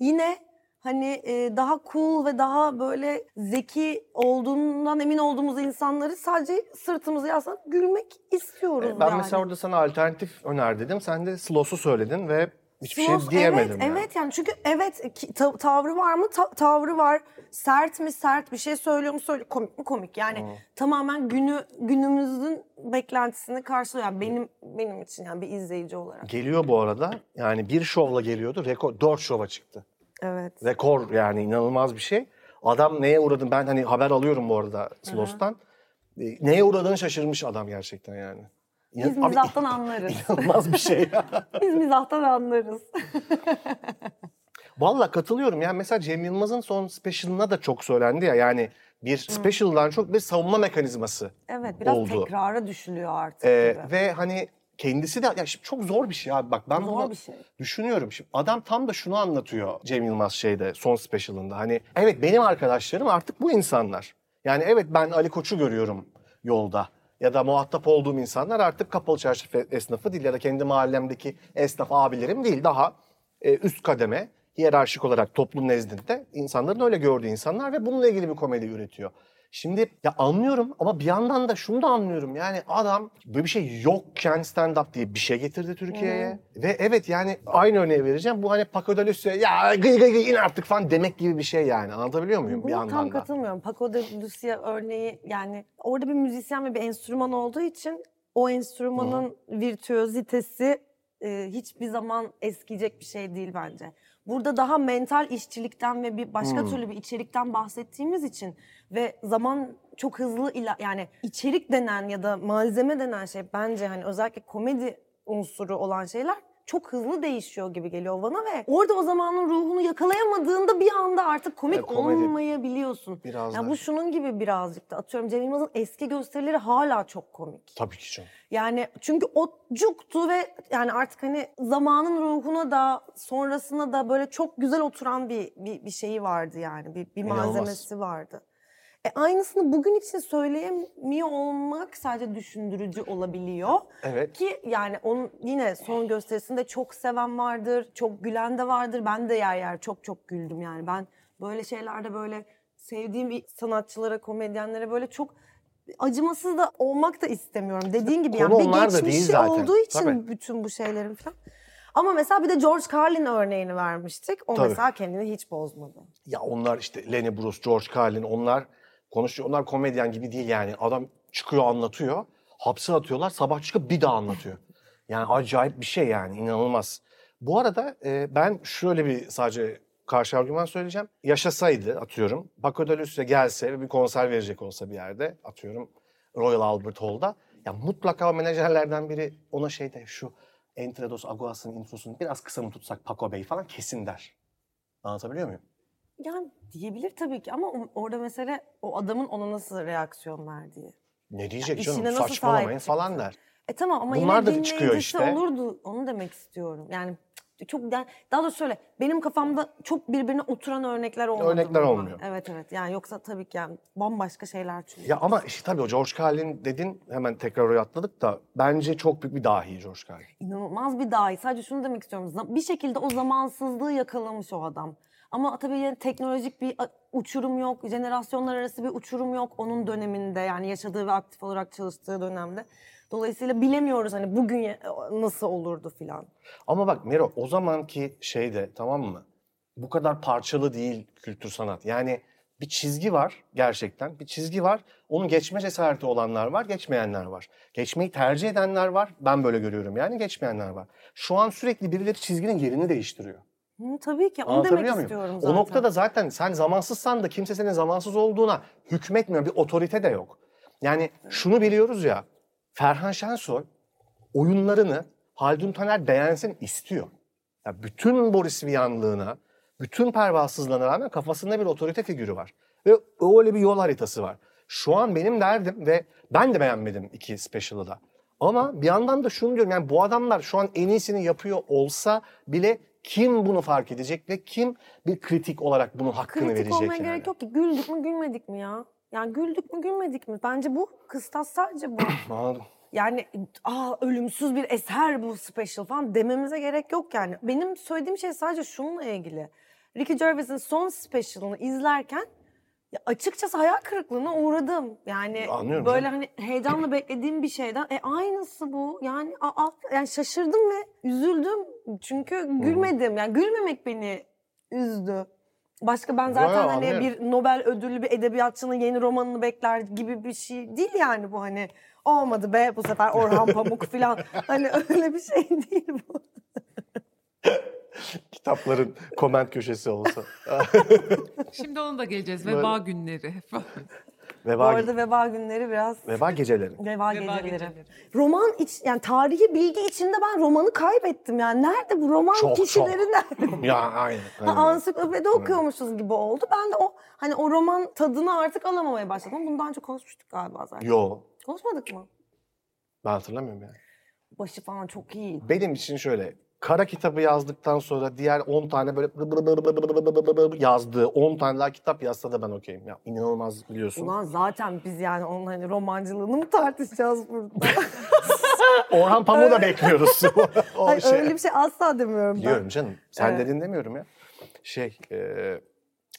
yine hani e, daha cool ve daha böyle zeki olduğundan emin olduğumuz insanları sadece sırtımızı yaslanıp gülmek istiyoruz E, Ben yani. mesela orada sana alternatif öner dedim. Sen de Slows'u söyledin ve hiçbir Slow- şey diyemedim. Evet, yani. evet yani çünkü evet ki- ta- tavrı var mı? Ta- tavrı var. Sert mi sert bir şey söylüyor mu söylüyor. Komik mi komik. Yani tamamen günü günümüzün beklentisini karşılıyor. Yani benim benim için yani bir izleyici olarak. Geliyor bu arada. Yani bir şovla geliyordu. Rekor, dört şova çıktı. Evet. Rekor yani inanılmaz bir şey. Adam neye uğradı? Ben hani haber alıyorum bu arada Slows'tan. E, Neye uğradığını şaşırmış adam gerçekten yani. İnan- Biz Abi, mizahtan anlarız. inanılmaz bir şey ya. Biz mizahtan anlarız. Valla katılıyorum. Yani mesela Cem Yılmaz'ın son special'ına da çok söylendi ya. Yani bir special'dan çok bir savunma mekanizması. Evet biraz Oldu. tekrara düşülüyor artık. Ee, gibi. ve hani kendisi de ya şimdi çok zor bir şey abi bak ben Zor bunu bir şey. düşünüyorum. Şimdi adam tam da şunu anlatıyor Cem Yılmaz şeyde son special'ında hani evet benim arkadaşlarım artık bu insanlar. Yani evet ben Ali Koç'u görüyorum yolda ya da muhatap olduğum insanlar artık kapalı çarşı fe- esnafı değil ya da kendi mahallemdeki esnaf abilerim değil daha e, üst kademe hiyerarşik olarak toplum nezdinde insanların öyle gördüğü insanlar ve bununla ilgili bir komedi üretiyor. Şimdi ya anlıyorum ama bir yandan da şunu da anlıyorum. Yani adam böyle bir şey yokken stand-up diye bir şey getirdi Türkiye'ye. Hmm. Ve evet yani aynı örneği vereceğim. Bu hani Pakodalüs'e ya gıy gıy gıy in artık falan demek gibi bir şey yani. Anlatabiliyor muyum bir Buna yandan tam da? katılmıyorum. Paco de Lucia örneği yani orada bir müzisyen ve bir enstrüman olduğu için o enstrümanın virtüözitesi e, hiçbir zaman eskiyecek bir şey değil bence. Burada daha mental işçilikten ve bir başka türlü bir içerikten bahsettiğimiz için ve zaman çok hızlı ila- yani içerik denen ya da malzeme denen şey bence hani özellikle komedi unsuru olan şeyler çok hızlı değişiyor gibi geliyor bana ve orada o zamanın ruhunu yakalayamadığında bir anda artık komik E, komedi. olmayabiliyorsun. Biraz Ya da. bu şunun gibi birazcık da atıyorum Cem Yılmaz'ın eski gösterileri hala çok komik. Tabii ki canım. Yani çünkü o cuktu ve yani artık hani zamanın ruhuna da sonrasına da böyle çok güzel oturan bir bir, bir şeyi vardı yani bir, bir İnanılmaz. malzemesi vardı. E aynısını bugün için söyleyemiyor olmak sadece düşündürücü olabiliyor. Evet. Ki yani onun yine son gösterisinde çok seven vardır, çok gülen de vardır. Ben de yer yer çok çok güldüm yani. Ben böyle şeylerde böyle sevdiğim sanatçılara, komedyenlere böyle çok acımasız da olmak da istemiyorum. Dediğin gibi yani Konu bir onlar da geçmişi değil zaten. olduğu için Tabii. bütün bu şeylerin falan. Ama mesela bir de George Carlin örneğini vermiştik. O Tabii. mesela kendini hiç bozmadı. Ya onlar işte Lenny Bruce, George Carlin onlar konuşuyor. Onlar komedyen gibi değil yani. Adam çıkıyor anlatıyor. Hapse atıyorlar. Sabah çıkıp bir daha anlatıyor. Yani acayip bir şey yani inanılmaz. Bu arada e, ben şöyle bir sadece karşı argüman söyleyeceğim. Yaşasaydı atıyorum. Paco de Lucia gelse ve bir konser verecek olsa bir yerde atıyorum Royal Albert Hall'da. Ya mutlaka o menajerlerden biri ona şey de şu Entrados Aguas'ın introsunu biraz kısa mı tutsak Paco Bey falan kesin der. Anlatabiliyor muyum? Yani diyebilir tabii ki ama o- orada mesele o adamın ona nasıl reaksiyon verdiği. Ne diyecek Ya canım işine nasıl saçmalamayın sahip falan çıktın? der. E tamam ama Bunlar da yine çıkıyor dinleyicisi işte. olurdu. Onu demek istiyorum. Yani çok da- daha doğrusu şöyle benim kafamda çok birbirine oturan örnekler olmadı. bunlar. Örnekler olmuyor. Evet evet yani yoksa tabii ki yani bambaşka şeyler çünkü. Ya ama işte tabii o George Carlin dedin hemen tekrar oraya atladık da bence çok büyük bir dahi George Carlin. İnanılmaz bir dahi. Sadece şunu demek istiyorum. Zam- Bir şekilde o zamansızlığı yakalamış o adam. Ama tabii yani teknolojik bir a- uçurum yok. Jenerasyonlar arası bir uçurum yok onun döneminde. Yani yaşadığı ve aktif olarak çalıştığı dönemde. Dolayısıyla bilemiyoruz hani bugün ya- nasıl olurdu filan. Ama bak Mero o zamanki şeyde tamam mı? Bu kadar parçalı değil kültür sanat. Yani bir çizgi var gerçekten. Bir çizgi var. Onu geçme cesareti olanlar var, geçmeyenler var. Geçmeyi tercih edenler var. Ben böyle görüyorum yani geçmeyenler var. Şu an sürekli birileri çizginin yerini değiştiriyor. Hı, tabii ki onu Anlatabiliyor demek muyum? istiyorum zaten. O noktada zaten sen zamansızsan da kimse senin zamansız olduğuna hükmetmiyor. Bir otorite de yok. Yani şunu biliyoruz ya. Ferhan Şensoy oyunlarını Haldun Taner beğensin istiyor. Ya bütün Boris Vian'lığına, bütün pervasızlığına rağmen kafasında bir otorite figürü var. Ve öyle bir yol haritası var. Şu an benim derdim ve ben de beğenmedim iki special'ı da. Ama bir yandan da şunu diyorum yani bu adamlar şu an en iyisini yapıyor olsa bile kim bunu fark edecek ve kim bir kritik olarak bunun hakkını Kritik verecek olmaya yani. gerek yok ki. Güldük mü gülmedik mi ya? Yani güldük mü gülmedik mi? Bence bu kıstas sadece bu. Anladım. Yani aa ölümsüz bir eser bu special falan dememize gerek yok yani. Benim söylediğim şey sadece şununla ilgili. Ricky Gervais'in son specialını izlerken ya açıkçası hayal kırıklığına uğradım. Yani Anlıyorum böyle canım. hani heyecanla beklediğim bir şeyden e aynısı bu. Yani aa yani şaşırdım ve üzüldüm. Çünkü Hmm. gülmedim. Yani gülmemek beni üzdü. Başka ben zaten Bayağı hani anlıyorum. bir Nobel ödüllü bir edebiyatçının yeni romanını bekler gibi bir şey değil yani bu hani. Olmadı be bu sefer Orhan Pamuk falan. hani öyle bir şey değil bu. Kitapların koment köşesi olsa. Şimdi ona da geleceğiz. Böyle- Veba günleri. falan. Bu Veba, arada veba günleri biraz veba geceleri. veba, Veba geceleri. geceleri. Roman iç yani tarihi bilgi içinde ben romanı kaybettim yani. Nerede bu roman Çok, kişileri çok. nerede? ya aynen. Ha, aynen. ansiklopedi okuyormuşuz gibi oldu. Ben de o hani o roman tadını artık alamamaya başladım. Bundan önce konuşmuştuk galiba zaten. Yo Konuşmadık mı? ben hatırlamıyorum yani. Başı falan çok iyi. Benim için şöyle kara kitabı yazdıktan sonra diğer 10 tane böyle bır bır bır bır bır bır bır bır bır yazdığı 10 tane daha kitap yazsa da ben okeyim. Ya inanılmaz biliyorsun. Ulan zaten biz yani onun hani romancılığını mı tartışacağız burada? Orhan Pamuk'u da bekliyoruz. o Hayır, şey. Öyle bir şey asla demiyorum ben. Biliyorum canım. Sen Evet. dediğini demiyorum ya. Şey e,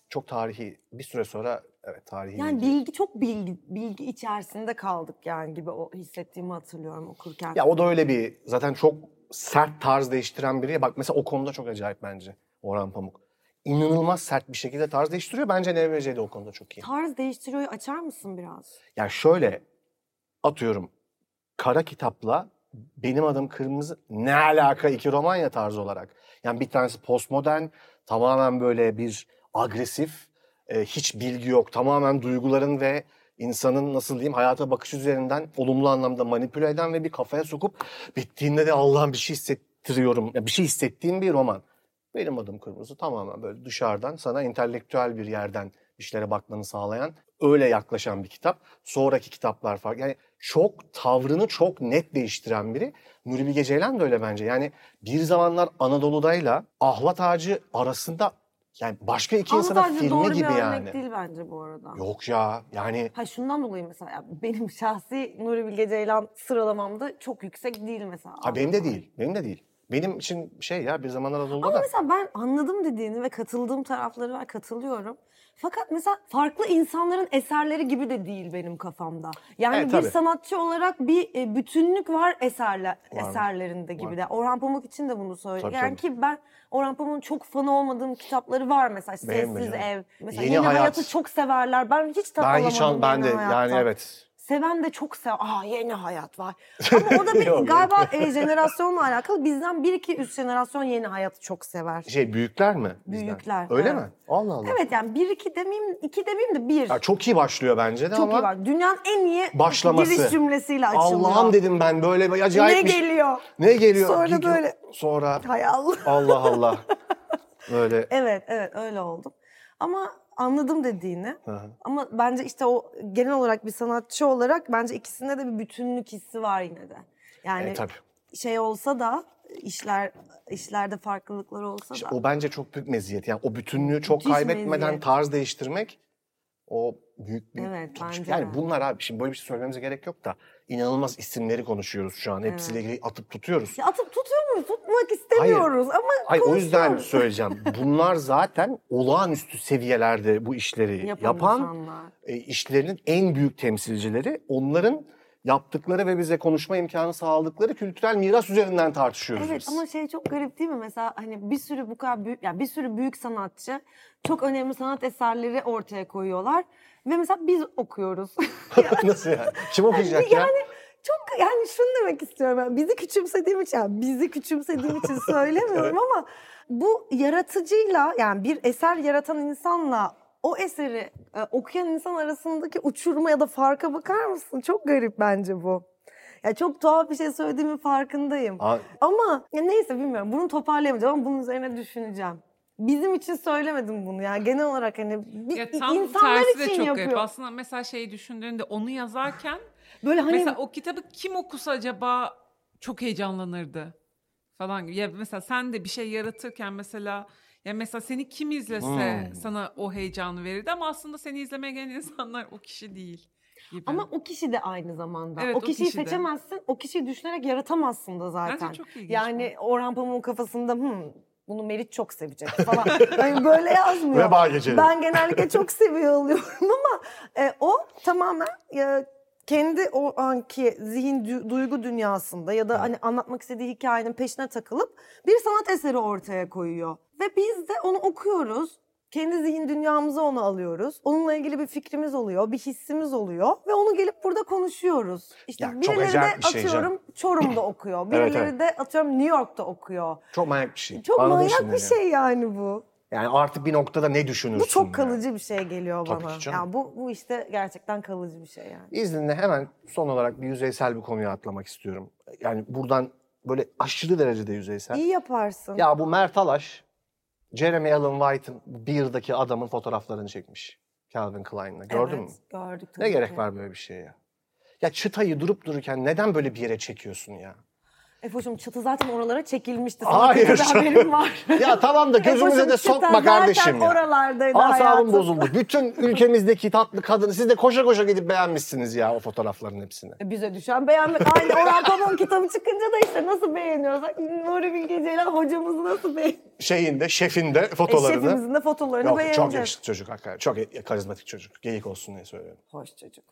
çok tarihi bir süre sonra evet tarihi Yani bilgi. bilgi çok bilgi bilgi içerisinde kaldık yani gibi o hissettiğimi hatırlıyorum okurken. Ya o da öyle bir zaten çok sert tarz değiştiren biri. Bak mesela o konuda çok acayip bence Orhan Pamuk. İnanılmaz sert bir şekilde tarz değiştiriyor. Bence NBC de o konuda çok iyi. Tarz değiştiriyor açar mısın biraz? Ya şöyle atıyorum kara kitapla benim adım kırmızı ne alaka iki Romanya tarzı olarak. Yani bir tanesi postmodern tamamen böyle bir agresif e, hiç bilgi yok tamamen duyguların ve insanın nasıl diyeyim hayata bakış üzerinden olumlu anlamda manipüle eden ve bir kafaya sokup bittiğinde de Allah'ım bir şey hissettiriyorum ya bir şey hissettiğim bir roman. Benim adım kırmızı tamamen böyle dışarıdan sana entelektüel bir yerden işlere bakmanı sağlayan öyle yaklaşan bir kitap. Sonraki kitaplar farklı. Yani çok tavrını çok net değiştiren biri. Nuri Bilge Ceylan da öyle bence. Yani bir zamanlar Anadolu'dayla Ahlat Ağacı arasında yani başka iki Ama insanın sadece doğru filmi gibi bir örnek yani. değil bence bu arada. Yok ya yani Ha şundan dolayı mesela ya benim şahsi Nuri Bilge Ceylan sıralamamda çok yüksek değil mesela. ha benim de değil. Benim de değil. Benim için şey ya bir zamanlar Anadolu'da Ama da. mesela ben anladım dediğini ve katıldığım tarafları var, katılıyorum. Fakat mesela farklı insanların eserleri gibi de değil benim kafamda. Yani Evet, bir E, tabii. sanatçı olarak bir e, bütünlük var eserler Var. eserlerinde gibi Var. de. Orhan Pamuk için de bunu söylüyorum. Tabii, Yani tabii. ki ben Orhan Pamuk'un çok fanı olmadığım kitapları var mesela. Benim de Sessiz canım. Ev. Mesela Yeni Yeni, Hayat. Hayat'ı çok severler. Ben hiç tat Ben alamadım hiç an, ben Yeni de Hayat'tan. yani evet. Seven de çok sev. Aa yeni hayat var. Ama o da bir Yok. galiba e, jenerasyonla alakalı. Bizden bir iki üst jenerasyon yeni hayatı çok sever. Şey büyükler mi? bizden? Büyükler, Öyle evet. mi? Allah Allah. Evet yani bir iki demeyeyim, iki demeyeyim de bir. Ya çok iyi başlıyor bence de çok ama iyi var. Dünyanın en iyi Başlaması. giriş cümlesiyle açılıyor. Allah'ım dedim ben böyle bir acayip Ne bir şey- geliyor? Ne geliyor? Sonra Gidiyor. böyle- Sonra Hayal. Allah Allah. Böyle. e, Evet evet öyle oldum. Ama anladım dediğini. Hı hı. Ama bence işte o genel olarak bir sanatçı olarak bence ikisinde de bir bütünlük hissi var yine de. Yani E, tabii. şey olsa da işler işlerde farklılıklar olsa İşte da. o bence çok büyük meziyet. Yani o bütünlüğü çok Müthiş kaybetmeden meziyet. tarz değiştirmek o büyük bir Evet, tutuş. bence de. Yani bunlar abi şimdi böyle bir şey söylememize gerek yok da inanılmaz isimleri konuşuyoruz şu an. Hepsiyle ilgili atıp tutuyoruz. Ya atıp tutuyor muyuz? Tutmak istemiyoruz ama Ay o yüzden konuşuyoruz. söyleyeceğim. Bunlar zaten olağanüstü seviyelerde bu işleri Yapan E, yapan insanlar. e, işlerinin en büyük temsilcileri onların yaptıkları ve bize konuşma imkanı sağladıkları kültürel miras üzerinden tartışıyoruz Evet biz. ama şey çok garip değil mi? Mesela hani bir sürü bu kadar büyük, yani bir sürü büyük sanatçı çok önemli sanat eserleri ortaya koyuyorlar. Ve mesela biz okuyoruz. Nasıl yani? Kim okuyacak ya? şey- yani çok yani şunu demek istiyorum ben bizi küçümsediğim için yani bizi küçümsediğim için söylemiyorum ama bu yaratıcıyla yani bir eser yaratan insanla o eseri e, okuyan insan arasındaki uçurma ya da farka bakar mısın? Çok garip bence bu. Ya çok tuhaf bir şey söylediğimin farkındayım. Aa, Ama ya neyse bilmiyorum bunu toparlayamayacağım ama bunun üzerine düşüneceğim. Bizim için söylemedim bunu ya genel olarak hani bir, Ya tam insanlar tersi için de çok yapıyor. garip. Aslında mesela şeyi düşündüğünde onu yazarken Böyle hani mesela o kitabı kim okusa acaba çok heyecanlanırdı falan gibi. Ya mesela sen de bir şey yaratırken mesela ya mesela seni kim izlese Hmm. sana o heyecanı verirdi ama aslında seni izlemeye gelen insanlar o kişi değil gibi. Ama o kişi de aynı zamanda. Evet, o o kişiyi kişi de. seçemezsin, o kişiyi düşünerek yaratamazsın da zaten. Bence çok ilginç. yani Orhan Pamuk'un kafasında "Hmm, bunu Merit çok sevecek falan. hani böyle yazmıyor. Veba geceleri. Ben genellikle çok seviyor oluyorum ama e, o tamamen e, kendi o anki zihin dü- duygu dünyasında ya da hani anlatmak istediği hikayenin peşine takılıp bir sanat eseri ortaya koyuyor. Ve biz de onu okuyoruz. Kendi zihin dünyamıza onu alıyoruz. Onunla ilgili bir fikrimiz oluyor, bir hissimiz oluyor ve onu gelip burada konuşuyoruz. İşte Ya çok birileri de acayip bir şey canım. atıyorum Çorum'da okuyor. Birileri Evet, evet. de atıyorum New York'ta okuyor. çok manyak bir şey. Çok Anladın manyak şimdi bir yani. şey yani bu. Yani artık bir noktada ne düşünürsün? Bu çok yani? kalıcı bir şey geliyor Tabii bana. ki canım. Yani bu bu işte gerçekten kalıcı bir şey yani. İzninle hemen son olarak bir yüzeysel bir konuya atlamak istiyorum. Yani buradan böyle aşırı derecede yüzeysel. İyi yaparsın. Ya bu Mert Alaş, Jeremy Allen White'ın Beer'daki adamın fotoğraflarını çekmiş. Calvin Klein'la. Gördün evet, mü? Gördük. Ne tabii gerek ki. var böyle bir şeye ya? Ya çıtayı durup dururken neden böyle bir yere çekiyorsun ya? Efoş'um çatı zaten oralara çekilmişti. Sana Hayır. Hayır. Bir haberim var. Ya tamam E, da gözümüze Efoş'um de çıta sokma kardeşim Zaten ya. oralardaydı hayatım. Asabım bozuldu. Bütün ülkemizdeki tatlı kadını siz de koşa koşa gidip beğenmişsiniz ya o fotoğrafların hepsini. E, Bize düşen beğenmek. Aynı Orhan Pamuk'un kitabı çıkınca da işte nasıl beğeniyorsak Nuri Bilge Ceylan hocamızı nasıl beğeniyoruz. Şeyinde, şefinde E, fotolarını. şefimizin de fotolarını Yok, çok beğeneceğiz. yakışıklı çocuk hakikaten. Çok e- karizmatik çocuk. Geyik olsun diye söylüyorum. Hoş çocuk.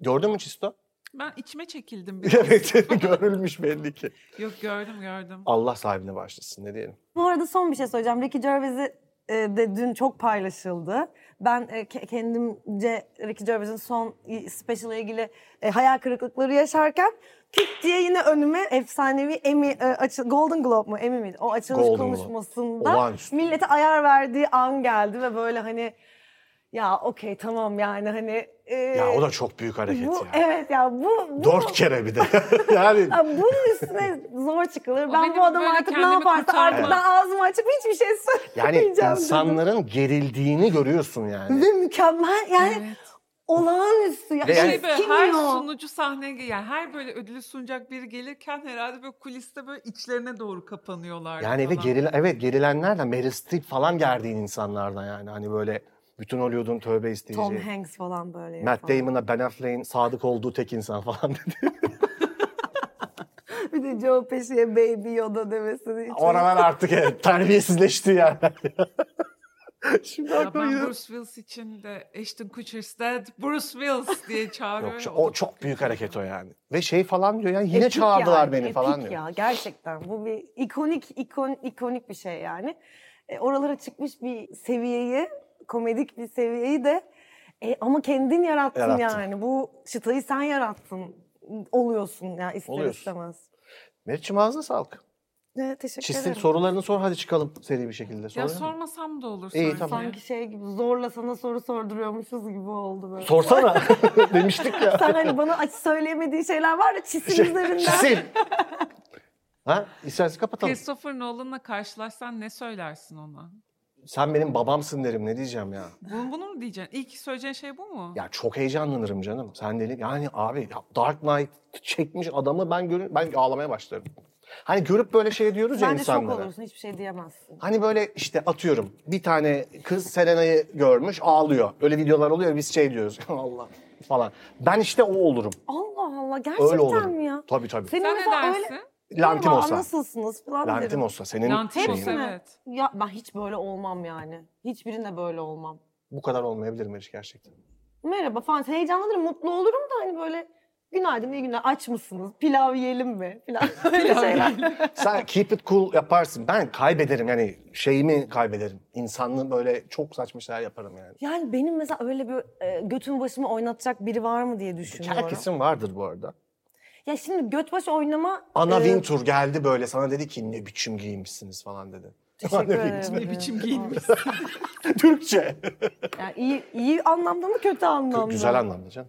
Gördün mü Çisto? ben içime çekildim biraz. evet görülmüş belli ki. Yok gördüm gördüm. Allah sahibine bağışlasın ne diyelim. Bu arada son bir şey söyleyeceğim. Ricky Gervais'i e, de dün çok paylaşıldı. Ben e, ke- kendimce Ricky Gervais'in son i- special'la ilgili e, hayal kırıklıkları yaşarken küt diye yine önüme efsanevi Emmy e, açı- Golden Globe mu Emmy miydi? O açılış Golden Globe. konuşmasında Olağanüstü. millete ayar verdiği an geldi ve böyle hani ya okey tamam yani hani e, Ya o da çok büyük hareket bu, ya. evet ya bu, bu Dört kere bir de. yani ya bunun üstüne zor çıkılır. Ben benim bu adamı böyle artık ne kendimi yaparsa artık kurtarma- ben ağzımı açıp hiçbir şey yani söylemeyeceğim. dedim. insanların gerildiğini görüyorsun yani. Ve mükemmel yani olağanüstü. Ya. Ve yani- Şey böyle Kim her ya? sunucu sahneye gel- yani her böyle ödülü sunacak biri gelirken herhalde böyle kuliste böyle içlerine doğru kapanıyorlar. Yani ve falan. geril evet gerilenlerden Meryl Streep falan gerdiğin insanlardan yani. Hani böyle bütün Hollywood'un tövbe Tom isteyeceği. Hanks falan böyle. Matt falan. Damon'a Ben Affleck'in sadık olduğu tek insan falan dedi. Bir de Joe Pesci'ye Baby Yoda demesini. hiç- Oralar artık evet, terbiyesizleşti yani. Şimdi Ya aklıma ben gidiyor. Bruce Willis için de Ashton Kutcher's dead Bruce Willis diye çağırıyor. Yok, ya, o da çok büyük kötü. hareket o yani. Ve şey falan diyor ya yine E, Epik çağırdılar yani, beni epik falan diyor. ya gerçekten bu bir ikonik ikon, ikonik bir şey yani. E, oralara çıkmış bir seviyeyi, komedik bir seviyeyi de E, ama kendin yarattın, Yarattın. yani. Bu çıtayı sen yarattın. Oluyorsun ya ister Oluyorsun. istemez. Meriç'im ağzına sağlık. Evet, teşekkür Çizdim ederim. sorularını sor hadi çıkalım seri bir şekilde. Ya Sorarım. sormasam da olur İyi, sanki. tamam. Sanki şey gibi zorla sana soru sorduruyormuşuz gibi oldu böyle. Sorsana demiştik ya. Sen hani bana aç söyleyemediği şeyler var ya çisim Şey, üzerinden. Sil. ha? İstersen kapatalım. Christopher Nolan'la karşılaşsan ne söylersin ona? Sen benim babamsın derim ne diyeceğim ya. Bunu, bunu mu diyeceksin? İlk söyleyeceğin şey bu mu? Ya çok heyecanlanırım canım. Sen deli. Yani abi ya Dark Knight çekmiş adamı ben görür, ben ağlamaya başlarım. Hani görüp böyle şey diyoruz ya Bence şok insanlara. olursun hiçbir şey diyemezsin. Hani böyle işte atıyorum bir tane kız Selena'yı görmüş ağlıyor. Öyle videolar oluyor ya, biz şey diyoruz Allah falan. Ben işte o olurum. Allah Allah Öyle gerçekten olurum. mi ya? Tabii tabii. Senin Sen ne mesela öyle... dersin? Lantim Merhaba, olsa. Nasılsınız falan Lantim derim. olsa senin Lantim şeyin. olsa. Hepsine. şey. Evet. Ya ben hiç böyle olmam yani. Hiçbirinde böyle olmam. Bu kadar olmayabilir Meriç gerçekten. Merhaba falan heyecanlanırım, mutlu olurum da hani böyle günaydın, iyi günler, aç mısınız? Pilav yiyelim mi? Falan böyle şeyler. Sen keep it cool yaparsın. Ben kaybederim yani şeyimi kaybederim. İnsanlığı böyle çok saçma şeyler yaparım yani. Yani benim mesela öyle bir e, götüm başımı oynatacak biri var mı diye düşünüyorum. Herkesin vardır bu arada. Ya şimdi göt başı oynama... Anna e, Wintour geldi böyle sana dedi ki ne biçim giymişsiniz falan dedi. Teşekkür Anna ederim. Wintour. Ne biçim giyinmiş? Türkçe. Yani iyi, iyi anlamda mı kötü anlamda mı? Güzel anlamda canım.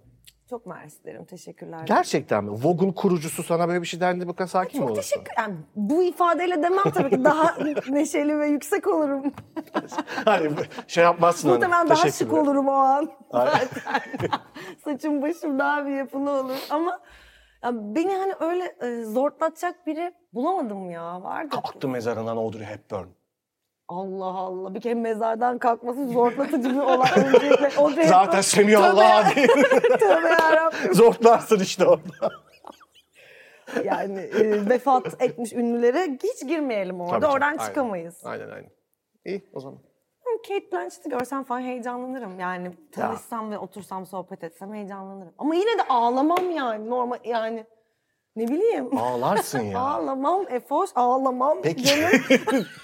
Çok mersi derim. Teşekkürler. Gerçekten mi? Vogue'un kurucusu sana böyle bir şey dendi bu kadar sakin mi Çok olursun? teşekkür yani Bu ifadeyle demem tabii ki. Daha neşeli ve yüksek olurum. Hani şey yapmazsın. hani, Muhtemelen daha şık teşekkürler. olurum o an. Ay. Saçım başım daha bir yapılı olur. Ama ya beni hani öyle e, zorlatacak biri bulamadım ya. Vardı. Kalktı mezarından Audrey Hepburn. Allah Allah. Bir kere mezardan kalkması zorlatıcı bir olay. Öncelikle o da- Zaten Semih Tövbe ya- Allah abi. Tövbe yarabbim. Zortlarsın işte orada. Yani e, vefat etmiş ünlülere hiç girmeyelim orada. Tabii canım, Oradan aynen. çıkamayız. Aynen aynen. İyi o zaman. Ama Kate Blanchett'i görsem falan heyecanlanırım. Yani tanışsam ve otursam sohbet etsem heyecanlanırım. Ama yine de ağlamam yani. Normal yani ne bileyim. Ağlarsın ya. Ağlamam Efoş, ağlamam. Peki. Canım,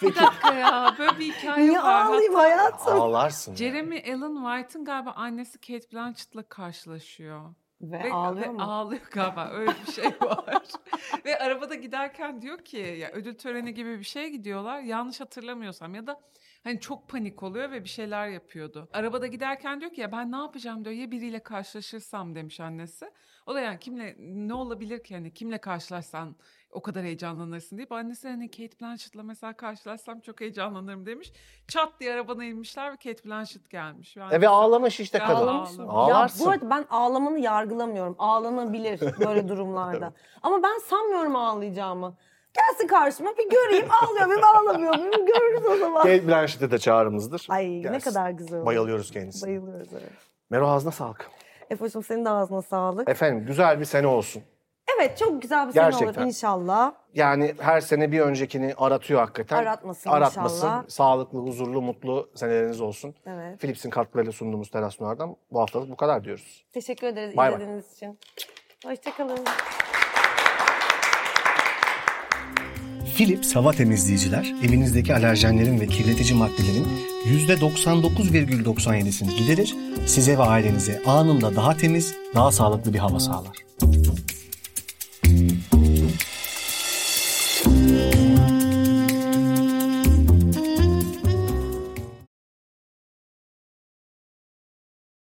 bir dakika ya. Böyle bir hikaye niye var. ağlayayım hayatım? Ağlarsın. Jeremy Allen White'ın galiba annesi Kate Blanchett'la karşılaşıyor. Ve, Ve- ağlıyor ve mu? Ağlıyor galiba öyle bir şey var. ve arabada giderken diyor ki ya ödül töreni gibi bir şeye gidiyorlar. Yanlış hatırlamıyorsam ya da hani çok panik oluyor ve bir şeyler yapıyordu. Arabada giderken diyor ki ya ben ne yapacağım diyor ya biriyle karşılaşırsam demiş annesi. O da yani kimle ne olabilir ki hani kimle karşılaşsan o kadar heyecanlanırsın deyip annesi hani Kate Blanchett'la mesela karşılaşsam çok heyecanlanırım demiş. Çat diye arabana inmişler ve Kate Blanchett gelmiş. Yani E ve ağlamış işte Ya kadın. ağlamış mı? Ağlarsın. Ya bu arada ben ağlamanı yargılamıyorum. Ağlanabilir böyle durumlarda. Ama ben sanmıyorum ağlayacağımı. Gelsin karşıma bir göreyim ağlıyor muyum ağlamıyor muyum görürüz o zaman. Kate Blanchett'e de çağrımızdır. Ay ne Gelsin. kadar güzel olur. Bayılıyoruz kendisine. Bayılıyoruz evet. Mero ağzına sağlık. Efoş'um senin de ağzına sağlık. Efendim güzel bir sene olsun. Evet çok güzel bir sene olur Gerçekten. inşallah. Yani her sene bir öncekini aratıyor hakikaten. Aratmasın inşallah. Sağlıklı, huzurlu, mutlu seneleriniz olsun. Evet. Philips'in katkılarıyla sunduğumuz Teras Noir'dan bu haftalık bu kadar diyoruz. Teşekkür ederiz Bay bay. izlediğiniz için. Hoşçakalın. Philips hava temizleyiciler evinizdeki alerjenlerin ve kirletici maddelerin %99,97'sini giderir, size ve ailenize anında daha temiz, daha sağlıklı bir hava sağlar.